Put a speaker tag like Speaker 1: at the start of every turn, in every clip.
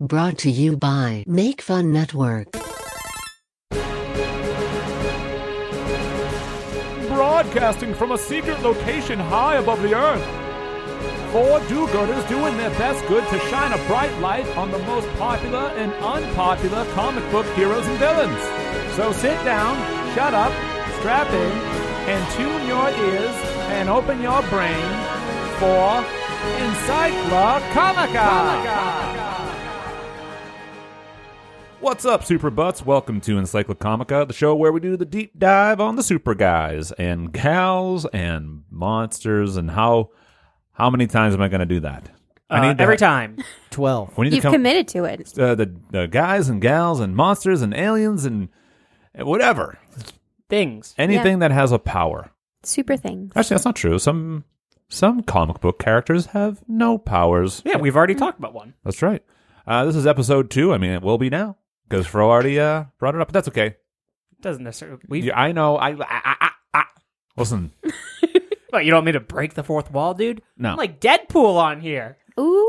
Speaker 1: Brought to you by Make Fun Network.
Speaker 2: broadcasting from a secret location high above the earth. Four do-gooders doing their best good to shine a bright light on the most popular and unpopular comic book heroes and villains. So sit down, shut up, strap in, and tune your ears and open your brain for Encycla Comica. What's up, Super Butts? Welcome to Encyclocomica, the show where we do the deep dive on the super guys and gals and monsters and how how many times am I going to do that? I
Speaker 3: Uh,
Speaker 2: to-
Speaker 3: every time.
Speaker 4: 12.
Speaker 2: We need
Speaker 5: You've
Speaker 2: to come,
Speaker 5: committed to it.
Speaker 2: uh, the the guys and gals and monsters and aliens and whatever
Speaker 3: Things.
Speaker 2: anything that has a power.
Speaker 5: Super things.
Speaker 2: Actually, that's not true. Some some comic book characters have no powers.
Speaker 3: Yeah, we've already talked about one.
Speaker 2: That's right. Uh, this is episode two. I mean, it will be now because Fro already uh, brought it up, but that's okay.
Speaker 3: Doesn't necessarily. We,
Speaker 2: Yeah, I know. I, I, I, I, I. listen.
Speaker 3: What, you don't mean to break the fourth wall, dude?
Speaker 2: No.
Speaker 3: I'm like Deadpool on here.
Speaker 5: Ooh.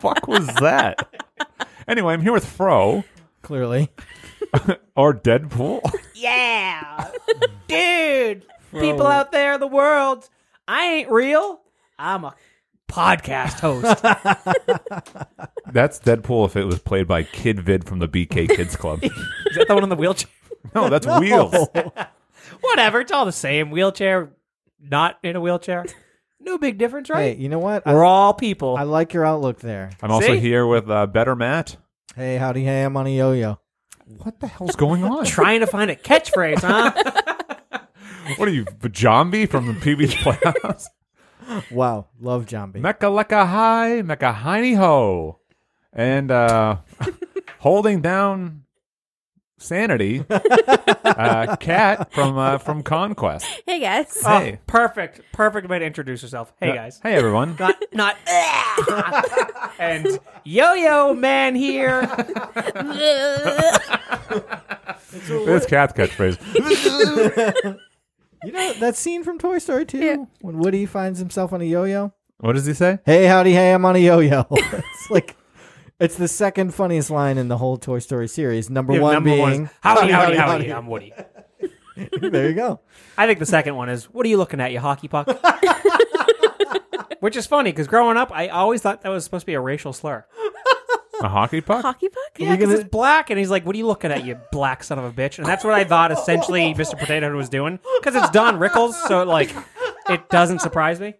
Speaker 2: fuck was that? Anyway, I'm here with Fro
Speaker 4: Clearly.
Speaker 2: or Deadpool.
Speaker 3: Yeah. dude. People out there in the world, I ain't real. I'm a podcast host.
Speaker 2: That's Deadpool if it was played by Kid Vid from the BK Kids Club.
Speaker 3: Is that the one in the wheelchair?
Speaker 2: No, that's Wheels.
Speaker 3: Whatever. It's all the same. Wheelchair, not in a wheelchair. No big difference,
Speaker 4: Hey,
Speaker 3: right?
Speaker 4: you know what? I,
Speaker 3: We're all people.
Speaker 4: I like your outlook there.
Speaker 2: I'm also
Speaker 3: See?
Speaker 2: here with uh, Better Matt.
Speaker 4: Hey, howdy, hey, I'm on a yo yo.
Speaker 2: What the hell's going on?
Speaker 3: trying to find a catchphrase, huh?
Speaker 2: what are you, a zombie from the PB's Playhouse?
Speaker 4: Wow, love Jambi.
Speaker 2: Mecca Lecca High, Mecca Hiney Ho. And uh, holding down sanity, uh, Cat from uh, from Conquest.
Speaker 5: Hey guys.
Speaker 3: Oh,
Speaker 2: Hey.
Speaker 3: perfect. Perfect way to introduce yourself. Hey, guys.
Speaker 2: Hey, everyone.
Speaker 3: Not, not, and Yo Yo Man here.
Speaker 2: This cat's catchphrase.
Speaker 4: You know that scene from Toy Story 2 when Woody finds himself on a yo yo?
Speaker 2: What does he say?
Speaker 4: Hey, howdy, hey, I'm on a yo yo. it's like, it's the second funniest line in the whole Toy Story series. Number one being,
Speaker 3: is, howdy, howdy, howdy, I'm Woody.
Speaker 4: there you go.
Speaker 3: I think the second one is, what are you looking at, you hockey puck? Which is funny because growing up, I always thought that was supposed to be a racial slur.
Speaker 2: A hockey puck?
Speaker 5: Hockey puck?
Speaker 3: Yeah, because
Speaker 4: gonna-
Speaker 3: it's black, and he's like, "What are you looking at, you black son of a bitch?" And that's what I thought essentially Mr. Potato Head was doing because it's Don Rickles, so like, it doesn't surprise me.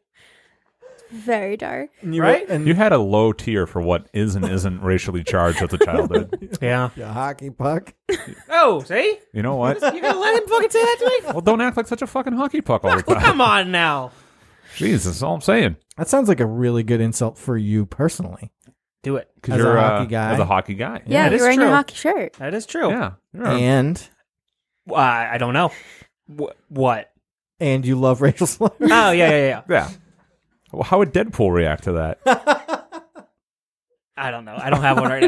Speaker 5: Very dark.
Speaker 4: And you-
Speaker 3: Right?
Speaker 4: And
Speaker 2: You had a low tier for what is and isn't racially charged as a childhood.
Speaker 3: Yeah.
Speaker 4: a hockey puck.
Speaker 3: Oh, see,
Speaker 2: You know what?
Speaker 3: you're gonna let him fucking say that to me?
Speaker 2: Well, don't act like such a fucking hockey puck all the
Speaker 3: Well,
Speaker 2: time.
Speaker 3: come on now.
Speaker 2: Jeez, that's all I'm saying.
Speaker 4: That sounds like a really good insult for you personally.
Speaker 3: Do it.
Speaker 2: Because
Speaker 4: As a
Speaker 2: you're
Speaker 4: hockey
Speaker 2: uh,
Speaker 4: guy.
Speaker 2: As a hockey guy.
Speaker 5: Yeah,
Speaker 3: that
Speaker 5: you're
Speaker 3: is
Speaker 5: wearing
Speaker 3: true.
Speaker 5: a hockey shirt.
Speaker 3: That is true.
Speaker 2: Yeah. You're a-
Speaker 4: And
Speaker 3: Uh, I don't know. Wh- what?
Speaker 4: and you love racial slurs.
Speaker 3: Oh, yeah, yeah, yeah.
Speaker 2: yeah. Well, how would Deadpool react to that?
Speaker 3: I don't know. I don't have one right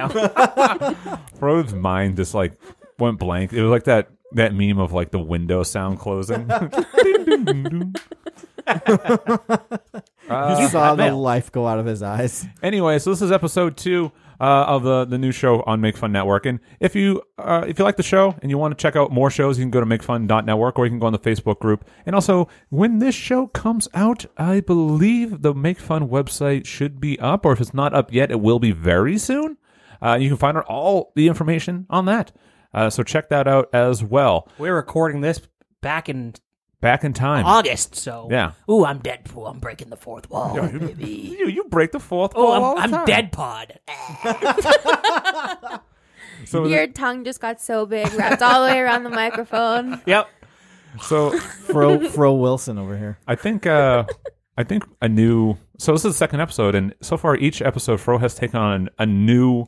Speaker 3: now.
Speaker 2: Fro's mind just like went blank. It was like that that meme of like the window sound closing. Ding, ding, ding, ding.
Speaker 3: Uh,
Speaker 4: you saw the
Speaker 3: blackmail.
Speaker 4: life go out of his eyes.
Speaker 2: Anyway, so this is episode two uh, of the the new show on Make Fun Network. And if you uh, if you like the show and you want to check out more shows, you can go to makefun.network or you can go on the Facebook group. And also, when this show comes out, I believe the Make Fun website should be up, or if it's not up yet, it will be very soon. Uh, you can find out all the information on that. Uh, so check that out as well.
Speaker 3: We're recording this back in
Speaker 2: Back in time.
Speaker 3: August, so
Speaker 2: Yeah.
Speaker 3: Ooh, I'm Deadpool. I'm breaking the fourth wall, baby.
Speaker 2: you, you break the fourth wall.
Speaker 3: Oh,
Speaker 2: all the
Speaker 3: I'm, I'm
Speaker 2: time.
Speaker 3: Deadpod.
Speaker 2: So
Speaker 5: Your tongue just got so big, wrapped all the way around the microphone.
Speaker 3: yep.
Speaker 2: so
Speaker 4: Fro Fro Wilson over here.
Speaker 2: I think uh I think a new so this is the second episode and so far each episode Fro has taken on a new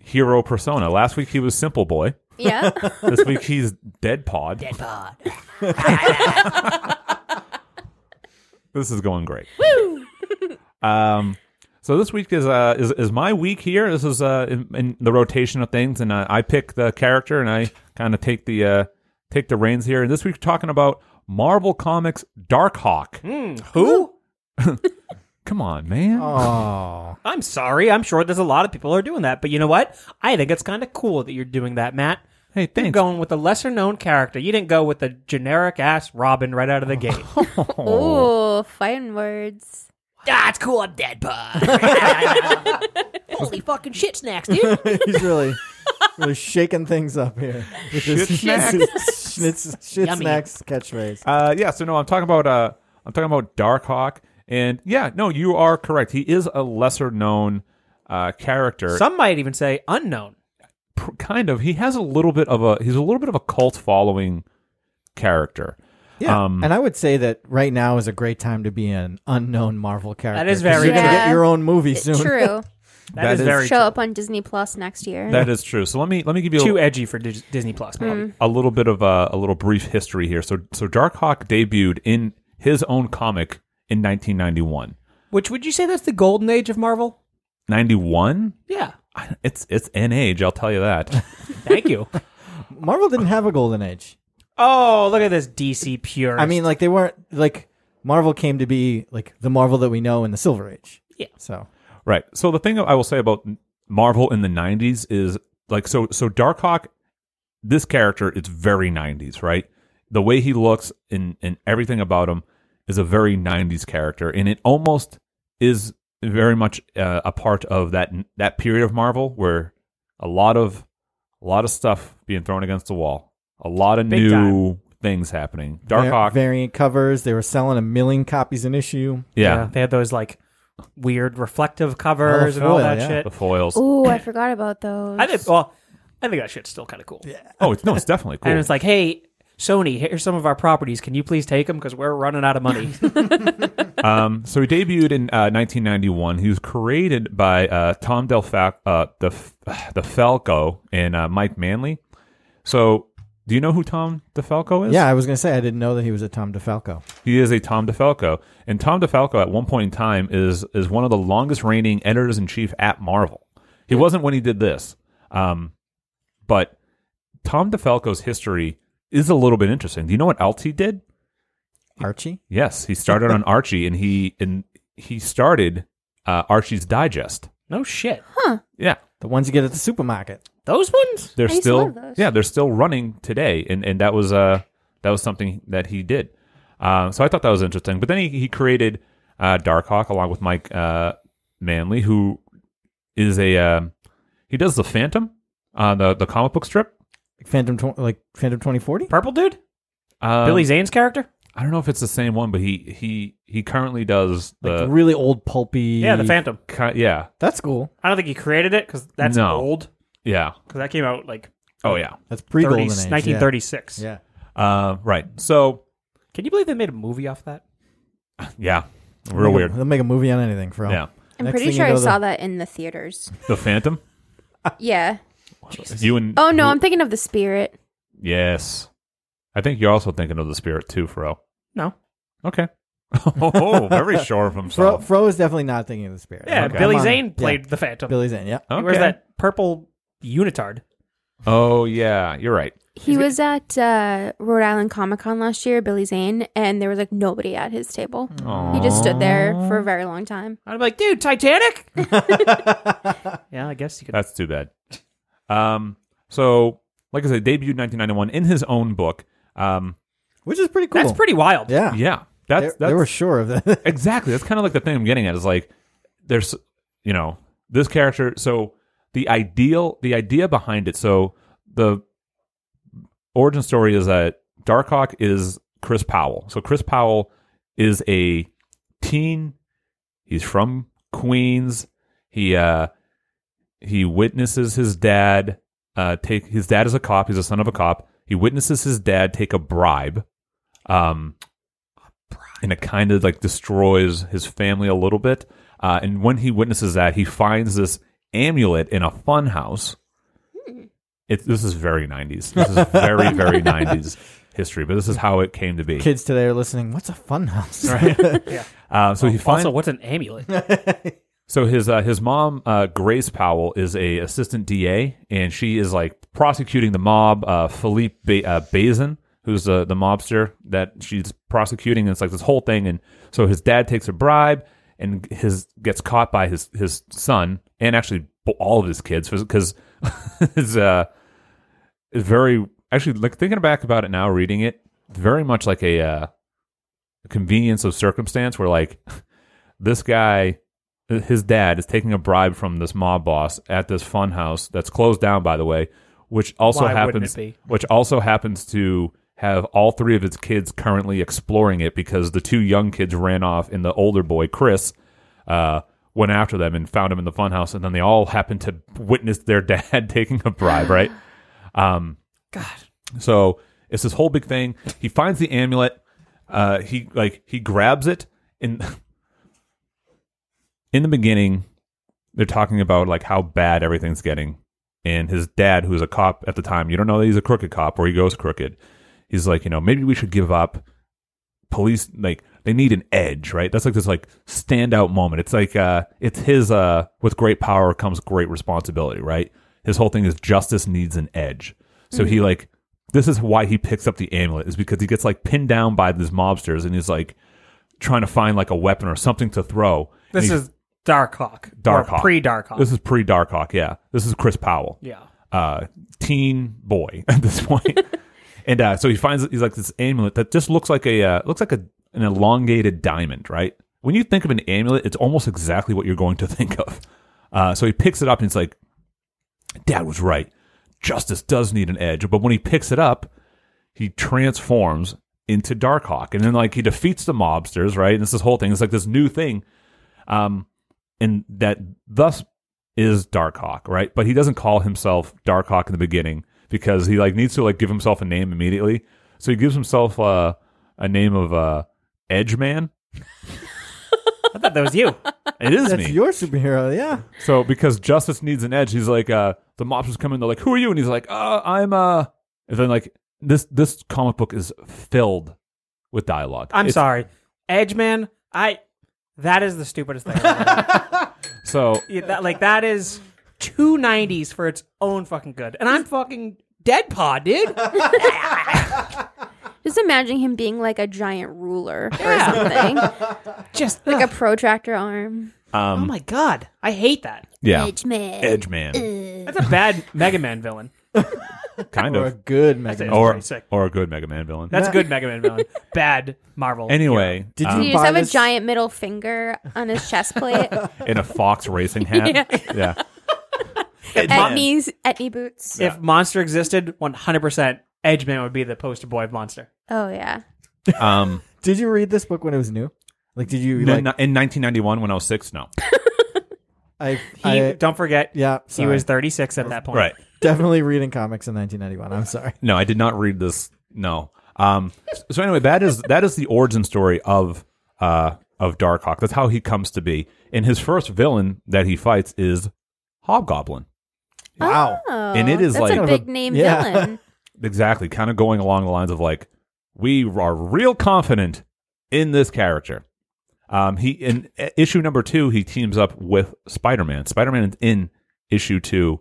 Speaker 2: hero persona. Last week he was Simple Boy.
Speaker 5: Yeah.
Speaker 2: This week he's Dead Pod.
Speaker 3: Deadpod.
Speaker 2: This is going great. Woo! um so this week is uh is, is my week here. This is uh in, in the rotation of things and uh, I pick the character and I kind of take the uh take the reins here. And this Hmm. week we're talking about Marvel Comics Darkhawk.
Speaker 3: Who?
Speaker 2: Come on, man.
Speaker 4: Oh,
Speaker 3: I'm sorry. I'm sure there's a lot of people who are doing that, but you know what? I think it's kind of cool that you're doing that, Matt.
Speaker 2: Hey,
Speaker 3: You're
Speaker 2: thanks.
Speaker 3: going with a lesser known character. You didn't go with a generic ass Robin right out of the gate.
Speaker 5: Oh, fine words.
Speaker 3: ah, it's cool. I'm dead, bud. Holy fucking shit snacks, dude.
Speaker 4: he's really, really shaking things up here. With his-
Speaker 2: Shit snacks.
Speaker 4: Schnitz- shit
Speaker 3: Yummy.
Speaker 4: snacks catchphrase.
Speaker 2: Uh, yeah. So no, I'm talking about uh, I'm talking about Darkhawk, and yeah, no, you are correct. He is a lesser known uh, character.
Speaker 3: Some might even say unknown.
Speaker 2: P- kind of. He has a little bit of a he's a little bit of a cult following character.
Speaker 4: Yeah,
Speaker 2: Um,
Speaker 4: and I would say that right now is a great time to be an unknown Marvel character.
Speaker 3: That is
Speaker 4: 'cause
Speaker 3: very
Speaker 4: You're gonna
Speaker 5: true.
Speaker 4: get your own movie soon.
Speaker 5: True.
Speaker 2: That
Speaker 3: that is,
Speaker 2: is-
Speaker 3: very
Speaker 5: Show
Speaker 3: true.
Speaker 5: up on Disney Plus next year.
Speaker 2: That is true. So let me let me give you a,
Speaker 3: Too edgy for Dis- Disney Plus. man.
Speaker 2: a little bit of a, a little brief history here. So so Darkhawk debuted in his own comic in 1991.
Speaker 3: Which would you say that's the golden age of Marvel?
Speaker 2: 91?
Speaker 3: Yeah.
Speaker 2: I- It's it's an age, I'll tell you that.
Speaker 3: Thank you.
Speaker 4: Marvel didn't have a golden age.
Speaker 3: oh, look at this DC pure.
Speaker 4: I mean, like they weren't like Marvel came to be like the Marvel that we know in the Silver Age.
Speaker 3: Yeah.
Speaker 4: So
Speaker 2: right. So the thing I will say about Marvel in the 90s is like so so Darkhawk this character it's very 90s, right? The way he looks and and everything about him is a very 90s character and it almost is very much uh, a part of that that period of Marvel where a lot of a lot of stuff being thrown against the wall, a lot of
Speaker 3: Big
Speaker 2: new things happening. Darkhawk,
Speaker 4: var- variant covers. They were selling a million copies an issue.
Speaker 2: yeah,
Speaker 3: They had those like weird reflective covers and all
Speaker 4: foil,
Speaker 3: that
Speaker 4: yeah.
Speaker 3: shit.
Speaker 2: the foils.
Speaker 5: Ooh, I forgot about those.
Speaker 3: I think well, I think that shit's still kind of cool.
Speaker 2: Oh, it's no, it's definitely cool.
Speaker 3: And it's like, hey, Sony, here's some of our properties. Can you please take them because we're running out of money?
Speaker 2: um, so he debuted in uh, 1991. He was created by uh, Tom Del Fa- uh, the the Falco and uh, Mike Manley. So, do you know who Tom DeFalco is?
Speaker 4: Yeah, I was gonna say I didn't know that he was a Tom DeFalco.
Speaker 2: he is a Tom DeFalco, and Tom DeFalco at one point in time is is one of the longest reigning editors in chief at Marvel. He wasn't when he did this, um, but Tom DeFalco's history is a little bit interesting. Do you know what else he did?
Speaker 4: Archie.
Speaker 2: Yes, he started on Archie, and he and he started uh, Archie's Digest.
Speaker 3: no shit.
Speaker 2: Yeah,
Speaker 4: The ones you get at the supermarket.
Speaker 3: Those ones?
Speaker 2: they're
Speaker 5: I used to
Speaker 2: still
Speaker 5: love those.
Speaker 2: yeah they're still running today, and and that was uh that was something that he did. Um, so I thought that was interesting. But then he he created uh, Darkhawk along with Mike uh, Manley, who is a um he does the Phantom on the the comic book strip.
Speaker 4: Phantom, tw- like Phantom twenty forty.
Speaker 3: Purple dude?
Speaker 2: Um,
Speaker 3: Billy Zane's character?
Speaker 2: I don't know if it's the same one, but he he he currently does
Speaker 4: Like
Speaker 2: the
Speaker 4: really old pulpy.
Speaker 3: Yeah, the Phantom.
Speaker 2: ki- yeah
Speaker 4: That's cool.
Speaker 3: I don't think he created it because that's
Speaker 2: No.
Speaker 3: old.
Speaker 2: yeah
Speaker 3: Because that came out like
Speaker 2: oh yeah
Speaker 4: That's pre golden
Speaker 3: 30s,
Speaker 4: age.
Speaker 3: 1936.
Speaker 4: Yeah. yeah.
Speaker 2: uh, right so
Speaker 3: Can you believe they made a movie off that?
Speaker 2: yeah real
Speaker 4: Make a-
Speaker 2: weird
Speaker 4: They'll make a movie on anything, bro.
Speaker 2: yeah
Speaker 5: I'm
Speaker 4: Next
Speaker 5: pretty
Speaker 4: thing you
Speaker 5: sure I
Speaker 4: know, the-
Speaker 5: saw that in the theaters.
Speaker 2: the Phantom
Speaker 5: yeah.
Speaker 2: you and
Speaker 5: Oh no, I'm thinking of the Spirit.
Speaker 2: Yes. I think you're also thinking of the spirit too, Fro.
Speaker 3: No.
Speaker 2: Okay. oh, very sure of
Speaker 4: Fro,
Speaker 2: himself.
Speaker 4: Fro is definitely not thinking of the spirit.
Speaker 3: Yeah,
Speaker 2: Okay. Oh.
Speaker 3: Billy
Speaker 4: Come on.
Speaker 3: Zane
Speaker 4: Yeah.
Speaker 3: played the Phantom.
Speaker 4: Billy Zane. Yeah.
Speaker 3: He
Speaker 2: Okay.
Speaker 3: wears that purple unitard.
Speaker 2: Oh yeah, you're right.
Speaker 5: He was at uh, Rhode Island Comic Con last year, Billy Zane, and there was like nobody at his table. He just stood there for a very long time.
Speaker 3: I'd be like, dude, Titanic? yeah, I guess you could.
Speaker 2: That's too bad. Um so like I said, debuted 1991 in his own book. Um
Speaker 4: Which is pretty cool.
Speaker 3: That's pretty wild.
Speaker 4: Yeah.
Speaker 2: yeah.
Speaker 4: They,
Speaker 2: That's
Speaker 4: they
Speaker 2: that's
Speaker 4: were sure of that.
Speaker 2: exactly. That's kind of like the thing I'm getting at is like there's you know, this character so the ideal the idea behind it. So the origin story is that Darkhawk is Chris Powell. So Chris Powell is a teen. He's from Queens. He uh he witnesses his dad uh take his dad is a cop, he's a son of a cop. He witnesses his dad take a bribe. Um and it kind of like destroys his family a little bit. Uh, and when he witnesses that, he finds this amulet in a funhouse. It, this is very 90s. This is very, very 90s history, but this is how it came to be.
Speaker 4: Kids today are listening. What's a fun house?
Speaker 2: Uh, so he finds
Speaker 3: Also, what's an amulet?
Speaker 2: so his uh, his mom uh, Grace Powell is a assistant DA, and she is like prosecuting the mob. Uh, Philippe ba- uh, Bazin, who's the the mobster that she's prosecuting, and it's like this whole thing. And so his dad takes a bribe, and his gets caught by his his son and actually b- all of his kids because his uh is very actually like thinking back about it now reading it very much like a uh convenience of circumstance where like this guy his dad is taking a bribe from this mob boss at this fun house that's closed down by the way which also
Speaker 3: Why wouldn't
Speaker 2: happens
Speaker 3: it be?
Speaker 2: which also happens to have all three of his kids currently exploring it because the two young kids ran off and the older boy chris uh, went after them and found him in the funhouse and then they all happened to witness their dad taking a bribe right Um, so it's this whole big thing. He finds the amulet. Uh, he like he grabs it and in the beginning they're talking about like how bad everything's getting and his dad who's a cop at the time you don't know that he's a crooked cop or he goes crooked he's like you know maybe we should give up police like they need an edge right that's like this like standout moment it's like uh it's his uh with great power comes great responsibility right his whole thing is justice needs an edge so
Speaker 3: Mm-hmm.
Speaker 2: he like this is why he picks up the amulet is because he gets like pinned down by these mobsters and he's like trying to find like a weapon or something to throw And
Speaker 3: This
Speaker 2: he-
Speaker 3: is Dark Hawk.
Speaker 2: Dark
Speaker 3: Or
Speaker 2: Hawk.
Speaker 3: pre Dark Hawk.
Speaker 2: This is pre Dark Hawk, yeah. This is Chris Powell.
Speaker 3: yeah.
Speaker 2: Uh teen boy at this point. and uh so he finds he's like this amulet that just looks like a uh, looks like a an elongated diamond, right? When you think of an amulet, it's almost exactly what you're going to think of. Uh so he picks it up and it's like Dad was right. Justice does need an edge, but when he picks it up, he transforms into Darkhawk, and then like he defeats the mobsters, right? And it's this whole thing. It's like this new thing, um, and that thus is Darkhawk, right? But he doesn't call himself Darkhawk in the beginning because he like needs to like give himself a name immediately. So he gives himself uh, a name of uh, Edgeman.
Speaker 3: I thought that was you.
Speaker 2: It is
Speaker 4: That's
Speaker 2: me.
Speaker 4: your superhero, yeah.
Speaker 2: So because justice needs an edge, he's like, uh, the mobsters come in, they're like, who are you? And he's like, uh, I'm, uh, and then like this, this comic book is filled with dialogue.
Speaker 3: I'm
Speaker 2: It's-
Speaker 3: sorry. Edgeman, I. That is the stupidest thing. I've ever heard.
Speaker 2: So
Speaker 3: Yeah, that, like, that is two nineties for its own fucking good. And I'm fucking Deadpaw, dude.
Speaker 5: Just imagine him being like a giant ruler or something,
Speaker 3: Just
Speaker 5: like a protractor arm.
Speaker 3: Oh my god. I hate that.
Speaker 2: yeah,
Speaker 5: Edgeman.
Speaker 2: Edgeman,
Speaker 3: That's a bad Mega Man villain.
Speaker 2: kind
Speaker 4: Or a
Speaker 2: of, Oh.
Speaker 4: good Mega Man.
Speaker 2: or
Speaker 3: pretty sick.
Speaker 2: or a good Mega Man villain.
Speaker 3: That's a good Mega Man villain. Bad Marvel.
Speaker 2: anyway.
Speaker 4: Did
Speaker 5: Did
Speaker 4: you
Speaker 5: he just
Speaker 4: buy
Speaker 5: have a
Speaker 4: this-
Speaker 5: giant middle finger on his chest plate?
Speaker 2: in a fox racing hat?
Speaker 5: Yeah.
Speaker 2: yeah.
Speaker 5: Etnies, etnie boots.
Speaker 3: If Monster existed, 100% Edgeman would be the poster boy of Monster.
Speaker 5: Oh yeah.
Speaker 2: Um,
Speaker 4: Did you read this book when it was new? Like, did you?
Speaker 2: no,
Speaker 4: like,
Speaker 2: no- in 1991, when I was six, no,
Speaker 4: I,
Speaker 3: He,
Speaker 4: I-
Speaker 3: don't forget,
Speaker 4: yeah,
Speaker 3: he
Speaker 4: sorry.
Speaker 3: was 36 at that point.
Speaker 2: right?
Speaker 4: definitely reading comics in 1991. I'm sorry.
Speaker 2: No, I did not read this. No. Um. So anyway, that is that is the origin story of uh of Darkhawk. That's how he comes to be. And his first villain that he fights is Hobgoblin.
Speaker 4: Wow.
Speaker 5: Oh,
Speaker 2: And it is
Speaker 5: that's
Speaker 2: like-
Speaker 5: a big name
Speaker 4: Yeah.
Speaker 5: villain.
Speaker 2: Exactly. Kind of going along the lines of like we are real confident in this character. Um. He in uh, issue number two he teams up with Spider Man. Spider Man is in issue two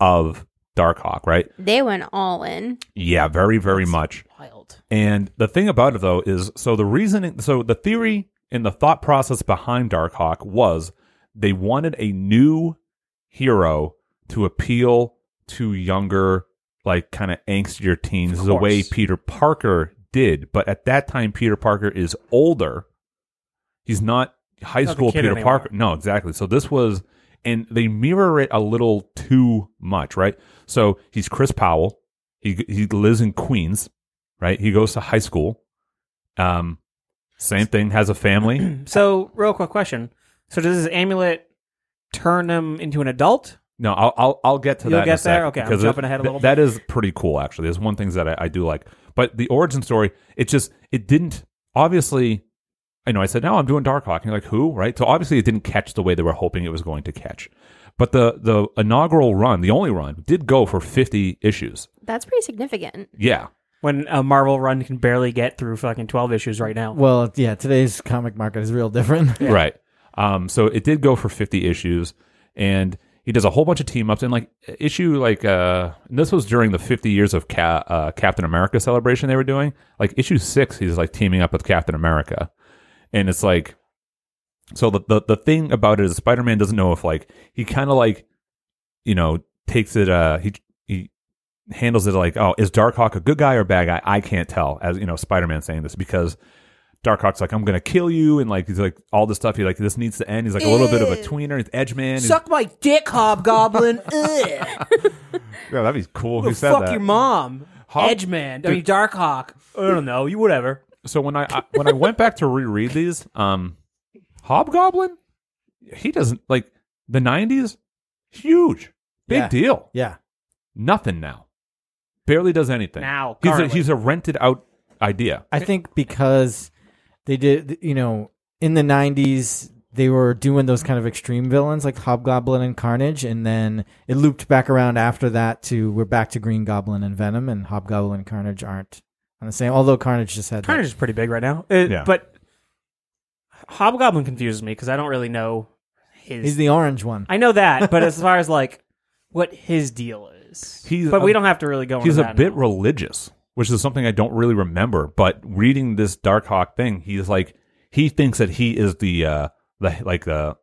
Speaker 2: of Darkhawk. Right.
Speaker 5: They went all in.
Speaker 2: Yeah. Very very much.
Speaker 3: Wild.
Speaker 2: And the thing about it though is so the reasoning so the theory and the thought process behind Darkhawk was they wanted a new hero to appeal to younger like kind of angstier teens
Speaker 3: Of
Speaker 2: the way
Speaker 3: course.
Speaker 2: Peter Parker did, but at that time Peter Parker is older. He's not high
Speaker 3: Not the
Speaker 2: school
Speaker 3: kid
Speaker 2: Peter
Speaker 3: anymore.
Speaker 2: Parker. No, exactly. So this was and they mirror it a little too much, right? So he's Chris Powell. He he lives in Queens right? He goes to high school. Um, same thing, has a family.
Speaker 3: So, real quick question. So, does this amulet turn him into an adult?
Speaker 2: No, I'll I'll, I'll get to
Speaker 3: You'll
Speaker 2: that. in
Speaker 3: get
Speaker 2: a sec,
Speaker 3: there? Okay, I'm
Speaker 2: because it-
Speaker 3: jumping ahead a
Speaker 2: th-
Speaker 3: little
Speaker 2: That is pretty cool, actually. There's one things that I, I do like, but the origin story. It just it didn't obviously. I know I said no, I'm doing Darkhawk, and you're like who, right? So obviously it didn't catch the way they were hoping it was going to catch. But the the inaugural run, the only run, did go for 50 issues.
Speaker 5: That's pretty significant.
Speaker 2: Yeah,
Speaker 3: When a Marvel run can barely get through fucking 12 issues right now.
Speaker 4: Well, yeah, today's comic market is real different.
Speaker 2: Right. Um, so it did go for 50 issues, and he does a whole bunch of team ups. And like issue like uh, and this was during the 50 years of Ca- uh, Captain America celebration they were doing. Like issue six, he's like teaming up with Captain America, and it's like So the the, the thing about it is Spider Man doesn't know if like he kind of like you know takes it uh he he handles it like oh is Darkhawk a good guy or a bad guy I can't tell as you know Spider Man saying this because. Darkhawk's like, I'm gonna kill you, and like he's like all this stuff. He like this needs to end. He's like a little bit of a tweener, he's edge man. He's-
Speaker 6: Suck my dick, Hobgoblin. Ugh.
Speaker 2: Yeah, that'd be cool. Who said
Speaker 3: fuck
Speaker 2: that?
Speaker 3: your mom,
Speaker 2: Hob-
Speaker 6: Edgeman.
Speaker 3: I mean Darkhawk. I don't know. You whatever.
Speaker 2: so when I, I when I went back to reread these, um, Hobgoblin, he doesn't like the '90s. Huge, big
Speaker 4: Yeah.
Speaker 2: deal.
Speaker 4: Yeah.
Speaker 2: Nothing now. Barely does anything
Speaker 3: Now,
Speaker 2: He's a,
Speaker 3: currently.
Speaker 2: he's a rented out idea.
Speaker 4: I think because they did, you know, in the 90s, they were doing those kind of extreme villains like Hobgoblin and Carnage. And then it looped back around after that to we're back to Green Goblin and Venom, and Hobgoblin and Carnage aren't on the same. Although Carnage just had. that-
Speaker 3: Carnage is pretty big right now. Uh,
Speaker 2: Yeah.
Speaker 3: But Hobgoblin confuses me because I don't really know his.
Speaker 4: He's the orange one.
Speaker 3: I know that, but as far as like what his deal is,
Speaker 2: He's
Speaker 3: but
Speaker 2: a-
Speaker 3: we don't have to really go.
Speaker 2: He's
Speaker 3: into
Speaker 2: a
Speaker 3: that
Speaker 2: bit
Speaker 3: now.
Speaker 2: religious, which is something I don't really remember. But reading this Darkhawk thing, he's like he thinks that he is the uh the like the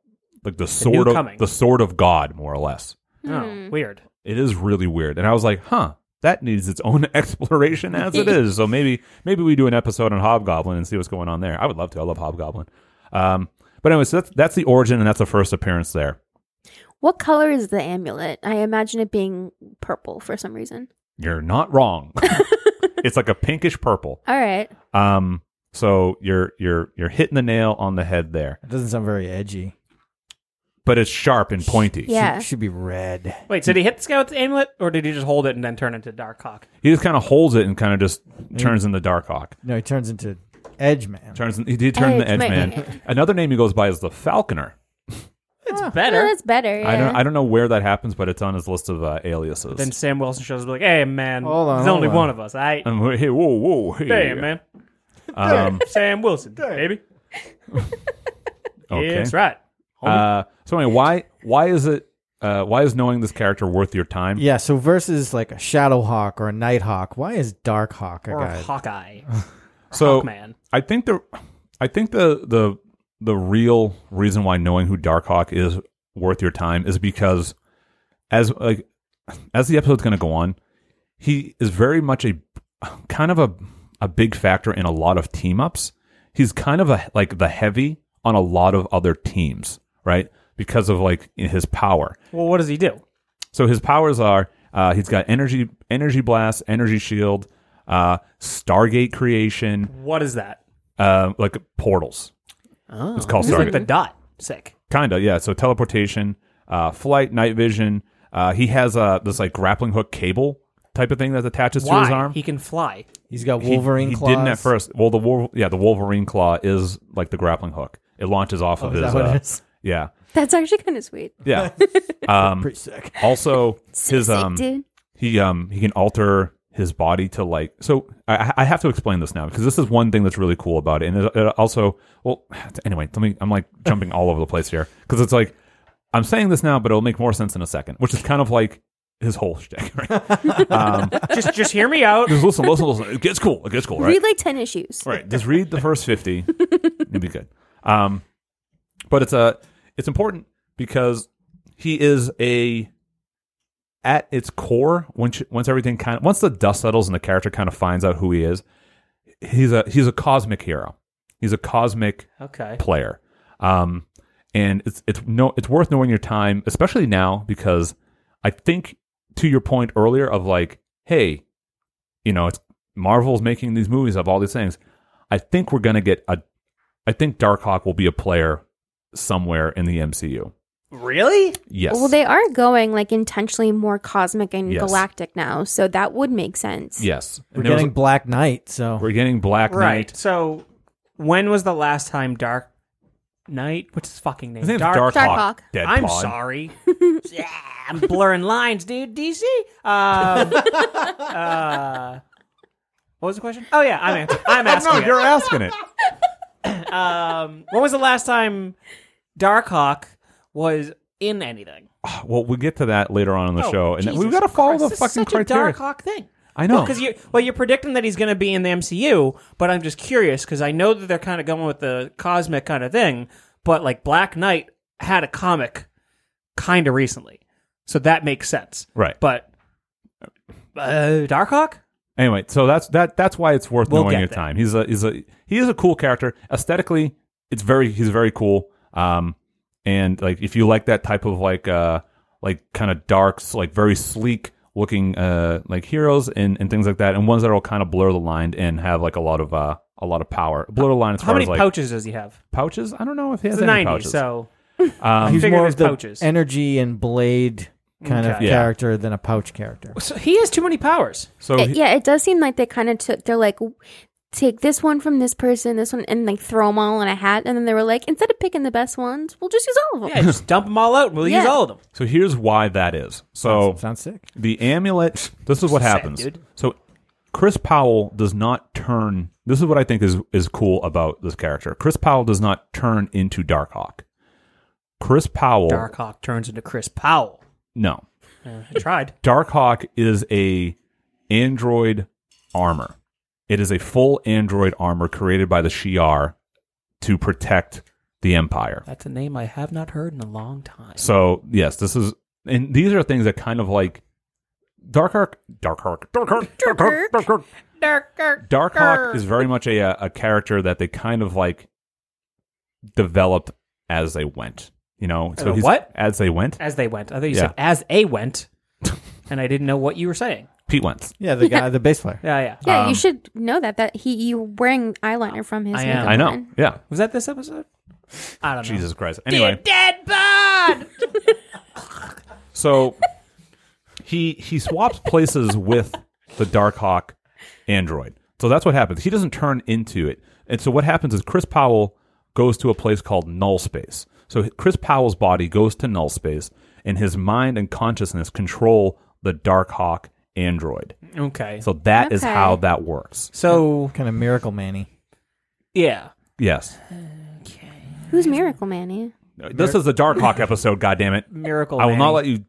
Speaker 2: like the sword of
Speaker 3: coming.
Speaker 2: the sword of God, more or less.
Speaker 3: Oh, weird.
Speaker 2: it is really weird and i was like huh that needs its own exploration as it is so maybe maybe we do an episode on hobgoblin and see what's going on there i would love to i love hobgoblin um but anyway so that's, that's the origin and that's the first appearance there
Speaker 5: What color is the amulet? I imagine it being purple for some reason.
Speaker 2: you're not wrong it's like a pinkish purple
Speaker 5: All right.
Speaker 2: um so you're you're you're hitting the nail on the head there
Speaker 4: It doesn't sound very edgy.
Speaker 2: but it's sharp and pointy
Speaker 5: Yeah.
Speaker 4: Should, should be red.
Speaker 3: Wait, so did he hit this guy with the amulet, or did he just hold it and then turn into Darkhawk?
Speaker 2: he just kind of holds it and kind of just turns into darkhawk
Speaker 4: No, he turns into Edge Man.
Speaker 2: turns he did turn into edge
Speaker 5: Edgeman.
Speaker 2: man another name he goes by is the falconer
Speaker 3: It's
Speaker 5: Oh,
Speaker 3: better
Speaker 5: that's better.
Speaker 2: I don't
Speaker 5: yeah.
Speaker 2: I don't know where that happens, but it's on his list of uh, aliases.
Speaker 3: Then Sam Wilson shows up like, "Hey man,
Speaker 4: Hold on,
Speaker 3: there's
Speaker 4: hold
Speaker 3: only
Speaker 4: on.
Speaker 3: one of us." I
Speaker 2: Um, hey, whoa, whoa, hey,
Speaker 3: damn man,
Speaker 2: Um,
Speaker 3: Sam Wilson, baby.
Speaker 2: okay.
Speaker 3: Yeah, that's right.
Speaker 2: Uh, so anyway, why why is it uh, why is knowing this character worth your time?
Speaker 4: Yeah, so versus like a Shadowhawk or a Nighthawk, why is Darkhawk a
Speaker 3: Or
Speaker 4: guy?
Speaker 3: Hawkeye,
Speaker 2: so
Speaker 3: man.
Speaker 2: I think the I think the the the real reason why knowing who Darkhawk is worth your time is because as like as the episode's going to go on, he is very much a kind of a a big factor in a lot of team ups. He's kind of a like the heavy on a lot of other teams, right? Because of like his power.
Speaker 3: Well, what does he do?
Speaker 2: So his powers are uh, he's got energy energy blast, energy shield, uh, Stargate creation,
Speaker 3: What is that?
Speaker 2: uh, like portals.
Speaker 4: Oh.
Speaker 2: It's called
Speaker 3: He's like
Speaker 2: Stargate.
Speaker 3: the dot. Sick.
Speaker 2: Kinda, yeah. So teleportation, uh, flight, night vision. Uh, he has uh, this like grappling hook cable type of thing that attaches to
Speaker 3: Why?
Speaker 2: his arm.
Speaker 3: He can fly.
Speaker 4: He's got
Speaker 2: He-
Speaker 4: Wolverine
Speaker 2: He,
Speaker 4: claws.
Speaker 2: didn't at first. Well, the wolf, yeah, the Wolverine claw is like the grappling hook. It launches off of
Speaker 4: Oh, is
Speaker 2: his.
Speaker 4: that what
Speaker 2: uh,
Speaker 4: it is?
Speaker 2: Yeah,
Speaker 5: That's actually kind of sweet.
Speaker 2: yeah. um,
Speaker 4: Pretty sick.
Speaker 2: also, his
Speaker 5: Sick,
Speaker 2: um,
Speaker 5: dude.
Speaker 2: he um he can alter his body to like so I, I have to explain this now because this is one thing that's really cool about it and it, it also well anyway let me i'm like jumping all over the place here because it's like i'm saying this now but it'll make more sense in a second which is kind of like his whole shtick, right?
Speaker 3: Just just hear me out.
Speaker 2: Just listen, listen, listen. It gets cool. It gets cool, right?
Speaker 5: Read like 10 issues.
Speaker 2: Right. Just read the first fifty. It'd be good. Um, but it's a it's important because he is a at its core. Once once everything kind of once the dust settles and the character kind of finds out who he is, he's a he's a cosmic hero. He's a cosmic
Speaker 3: Okay.
Speaker 2: player. Um, and it's it's no it's worth knowing your time, especially now because I think to your point earlier of like, hey, you know, it's Marvel's making these movies of all these things. I think we're gonna get a. I think Darkhawk will be a player somewhere in the MCU.
Speaker 3: Really?
Speaker 2: Yes.
Speaker 5: Well, they are going like intentionally more cosmic and
Speaker 2: Yes.
Speaker 5: galactic now, so that would make sense.
Speaker 2: yes.
Speaker 4: We're
Speaker 2: And there was
Speaker 4: getting
Speaker 2: a-
Speaker 4: Black Knight, so
Speaker 2: we're getting Black
Speaker 3: Right.
Speaker 2: Knight.
Speaker 3: So, when was the last time Dark Knight? What's his fucking name?
Speaker 2: His name's Dark,
Speaker 3: Dark.
Speaker 2: Darkhawk.
Speaker 5: Darkhawk.
Speaker 2: Deadpod.
Speaker 3: I'm sorry. yeah, I'm blurring lines, dude. DC. Um, uh, what was the question? Oh yeah, I'm answering. I'm asking.
Speaker 2: No,
Speaker 3: it.
Speaker 2: you're asking it.
Speaker 3: um, when was the last time Darkhawk was in anything?
Speaker 2: Well, we'll get to that later on in the
Speaker 3: Oh,
Speaker 2: show, and
Speaker 3: Jesus
Speaker 2: we've got to follow
Speaker 3: Christ,
Speaker 2: the
Speaker 3: this is
Speaker 2: fucking
Speaker 3: such
Speaker 2: criteria.
Speaker 3: A Darkhawk thing.
Speaker 2: I know.
Speaker 3: because you well you're predicting that he's going to be in the MCU, but I'm just curious because I know that they're kind of going with the cosmic kind of thing, but like Black Knight had a comic kind of recently, so that makes sense.
Speaker 2: Right.
Speaker 3: But uh, Darkhawk,
Speaker 2: Anyway, so that's that. That's why it's worth
Speaker 3: We'll
Speaker 2: knowing
Speaker 3: get
Speaker 2: your
Speaker 3: there.
Speaker 2: time. He's a he's a he is a cool character aesthetically. It's very he's very cool. Um, and like if you like that type of like uh like kind of dark, s- like very sleek looking uh like heroes and and things like that, and ones that will kind of blur the line and have like a lot of uh a lot of power. Blur the line as
Speaker 3: how
Speaker 2: far
Speaker 3: many
Speaker 2: as like
Speaker 3: pouches does he have?
Speaker 2: pouches. I don't know if he has
Speaker 3: It's the
Speaker 2: any pouches.
Speaker 3: nineties, so
Speaker 2: um,
Speaker 4: He's
Speaker 3: figuring
Speaker 4: more
Speaker 3: his
Speaker 4: of the
Speaker 3: pouches.
Speaker 4: energy and blade kind of
Speaker 3: Okay.
Speaker 2: Yeah.
Speaker 4: character than a pouch character.
Speaker 3: so he has too many powers.
Speaker 2: so
Speaker 5: It-
Speaker 2: he-
Speaker 5: yeah, it does seem like they kind of took. They're like, take this one from this person, this one, and like throw them all in a hat. And then they were like, instead of picking the best ones, we'll just use all of them.
Speaker 3: Yeah, just dump them all out, and we'll use
Speaker 5: Yeah.
Speaker 3: all of them.
Speaker 2: so here's why that is. So
Speaker 4: Sounds sick.
Speaker 2: The amulet. This is what
Speaker 3: Sad,
Speaker 2: happens.
Speaker 3: dude.
Speaker 2: So Chris Powell does not turn. This is what I think is is cool about this character. Chris Powell does not turn into Darkhawk. Chris Powell.
Speaker 3: Darkhawk turns into Chris Powell.
Speaker 2: No.
Speaker 3: Uh, I tried.
Speaker 2: Darkhawk is a android armor. It is a full android armor created by the Shi'ar to protect the Empire.
Speaker 6: That's a name I have not heard in a long time.
Speaker 2: So yes, this is, and these are things that kind of like Dark Dark Darkhawk, Darkhawk, Darkhawk, Darkhawk, Darkhawk. Darkhawk is very much a uh, a character that they kind of like developed as they went. You know,
Speaker 3: As a
Speaker 2: he's-
Speaker 3: what?
Speaker 2: as they went,
Speaker 3: As they went, I thought you
Speaker 2: Yeah.
Speaker 3: said as a went, and I didn't know what you were saying.
Speaker 2: Pete went.
Speaker 4: Yeah, the guy, the bass player.
Speaker 3: Yeah, yeah.
Speaker 5: Yeah,
Speaker 2: Um,
Speaker 5: you should know that that he you were wearing eyeliner from his.
Speaker 3: I am.
Speaker 5: makeup
Speaker 2: I know.
Speaker 5: line.
Speaker 2: Yeah.
Speaker 3: Was that this episode? I don't know.
Speaker 2: Jesus Christ. Anyway,
Speaker 3: Dead bod.
Speaker 2: so he he swaps places with the Darkhawk android. So that's what happens. He doesn't turn into it. And so what happens is Chris Powell goes to a place called null space. So Chris Powell's body goes to null space and his mind and consciousness control the Darkhawk android.
Speaker 3: Okay.
Speaker 2: So that is
Speaker 5: Okay.
Speaker 2: how that works.
Speaker 3: So
Speaker 4: Kind of miracle Manny.
Speaker 3: yeah,
Speaker 2: Yes.
Speaker 5: Who's Miracle Manny?
Speaker 2: This is the Darkhawk episode, goddammit.
Speaker 3: miracle.
Speaker 2: I will not
Speaker 3: Manny.
Speaker 2: let you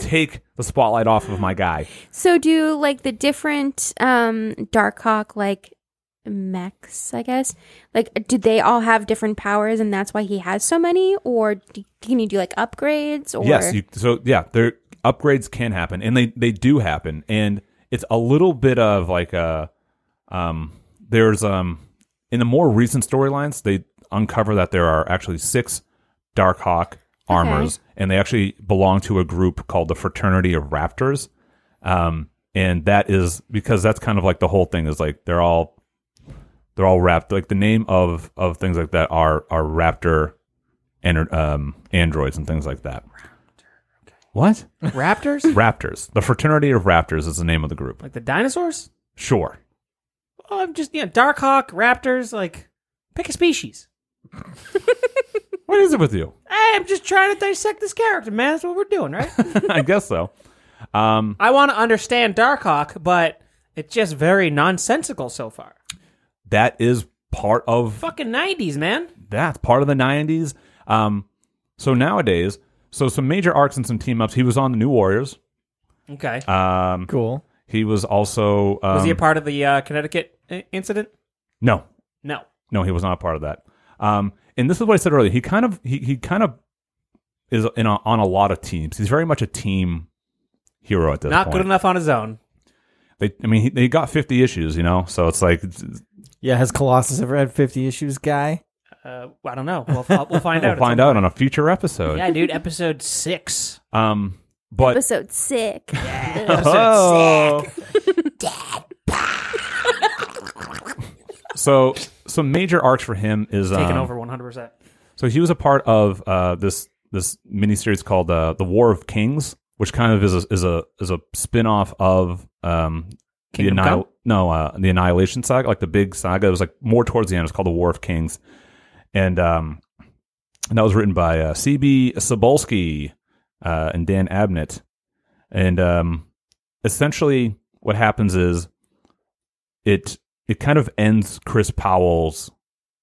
Speaker 2: take the spotlight off of my guy.
Speaker 5: So do like the different um Darkhawk like mechs, I guess. Like, do they all have different powers, and that's why he has so many? Or do, can you do like upgrades? Or
Speaker 2: Yes, you, so yeah, there upgrades can happen, and they they do happen, and it's a little bit of like a um. There's um in the more recent storylines they uncover that there are actually six Darkhawk armors, and they actually belong to a group called the Fraternity of Raptors. Um, and that is because that's kind of like the whole thing is like they're all they're all wrapped like the name of of things like that are are raptor and um androids and things like that what
Speaker 3: raptors
Speaker 2: raptors the fraternity of raptors is the name of the group
Speaker 3: like the dinosaurs.
Speaker 2: sure
Speaker 3: Oh, I'm just yeah, Darkhawk, raptors. Like, pick a species.
Speaker 2: what is it with you
Speaker 3: Hey, I'm just trying to dissect this character, man. That's what we're doing, right?
Speaker 2: i guess so um
Speaker 3: I want to understand Darkhawk, but it's just very nonsensical so far.
Speaker 2: that is part of
Speaker 3: Fucking nineties, man.
Speaker 2: that's part of the 90s um so nowadays so some major arcs and some team ups he was on the new warriors
Speaker 3: Okay.
Speaker 2: um
Speaker 4: Cool.
Speaker 2: he was also um,
Speaker 3: Was he a part of the uh, Connecticut i- incident?
Speaker 2: no
Speaker 3: No.
Speaker 2: No, he was not a part of that. Um, and this is what I said earlier. He kind of he, he kind of is in a, on a lot of teams. He's very much a team hero at this
Speaker 3: Not
Speaker 2: point.
Speaker 3: good enough on his own.
Speaker 2: They, I mean, he, they got fifty issues, you know. So it's like it's-
Speaker 4: Yeah, has Colossus ever had 50 issues, guy?
Speaker 3: Uh, I don't know. We'll, fi- we'll find
Speaker 2: we'll
Speaker 3: out.
Speaker 2: find out on a future episode.
Speaker 6: yeah, dude, episode six.
Speaker 2: Um, but
Speaker 5: episode sick.
Speaker 2: oh. so some major arcs for him is
Speaker 3: Taking
Speaker 2: um,
Speaker 3: over 100%.
Speaker 2: So he was a part of uh, this this miniseries called uh, the War of Kings, which kind of is a, is a is a spin off of um, the
Speaker 3: Kingdom Come?
Speaker 2: no uh, the Annihilation saga, like the big saga. It was like more towards the end. It's called the War of Kings, and um, and that was written by uh, C.B. Sobolski uh, and Dan Abnett, and um, essentially what happens is it it kind of ends Chris Powell's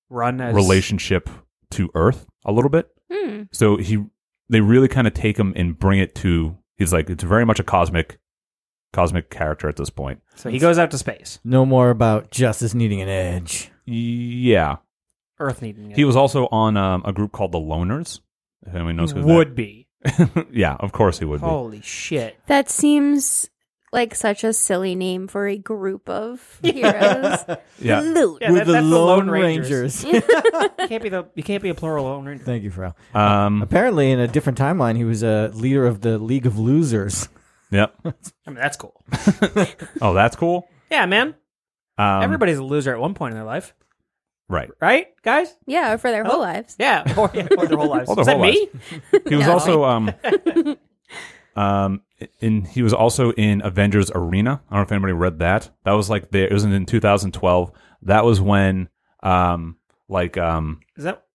Speaker 3: Run as.
Speaker 2: relationship to Earth a little bit.
Speaker 5: Hmm.
Speaker 2: So he they really kind of take him and bring it to he's like it's very much a cosmic cosmic character at this point.
Speaker 3: So he goes out to space.
Speaker 4: No more about justice needing an edge.
Speaker 2: Yeah.
Speaker 3: Earth needing it.
Speaker 2: He was also on um, a group called the Loners. If anyone knows who
Speaker 3: would be.
Speaker 2: that. yeah, of course he would
Speaker 3: Oh.
Speaker 2: be.
Speaker 6: Holy shit.
Speaker 5: That seems like such a silly name for a group of heroes.
Speaker 2: Yeah.
Speaker 5: Loot.
Speaker 3: Yeah,
Speaker 4: We're
Speaker 3: that- that's
Speaker 4: the
Speaker 3: the
Speaker 4: Lone,
Speaker 3: Lone
Speaker 4: Rangers.
Speaker 3: Rangers. You can't be the you can't be a plural Lone Ranger.
Speaker 4: Thank you, Frau.
Speaker 2: Um,
Speaker 4: Apparently, in a different timeline, he was a leader of the League of Losers.
Speaker 2: yep.
Speaker 3: I mean, that's cool.
Speaker 2: Oh, that's cool.
Speaker 3: Yeah, man.
Speaker 2: Um,
Speaker 3: Everybody's a loser at one point in their life,
Speaker 2: Right.
Speaker 3: right, guys?
Speaker 5: Yeah, for their
Speaker 2: Oh.
Speaker 5: whole lives.
Speaker 3: Yeah, or, yeah, or their whole lives.
Speaker 2: Or their
Speaker 3: Is that
Speaker 2: whole
Speaker 3: me?
Speaker 2: He was
Speaker 5: No.
Speaker 2: also um, um, in he was also in Avengers Arena. I don't know if anybody read that. That was like the, it was in 2012. That was when um, like um,
Speaker 3: Is that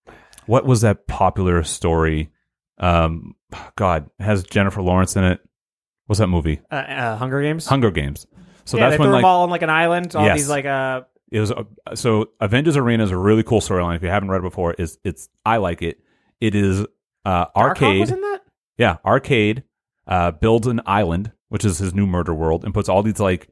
Speaker 2: what was that popular story? Um, God, it has Jennifer Lawrence in it. What's that movie?
Speaker 3: uh, uh, Hunger Games?
Speaker 2: Hunger Games. So
Speaker 3: yeah,
Speaker 2: that's
Speaker 3: they
Speaker 2: when
Speaker 3: threw
Speaker 2: like
Speaker 3: them all on like an island. All
Speaker 2: Yes.
Speaker 3: these like uh,
Speaker 2: it was a, so Avengers Arena is a really cool storyline. If you haven't read it before, is it's I like it. It is uh,
Speaker 3: Darkhawk
Speaker 2: arcade.
Speaker 3: was in that.
Speaker 2: Yeah, Arcade uh, builds an island, which is his new murder world, and puts all these like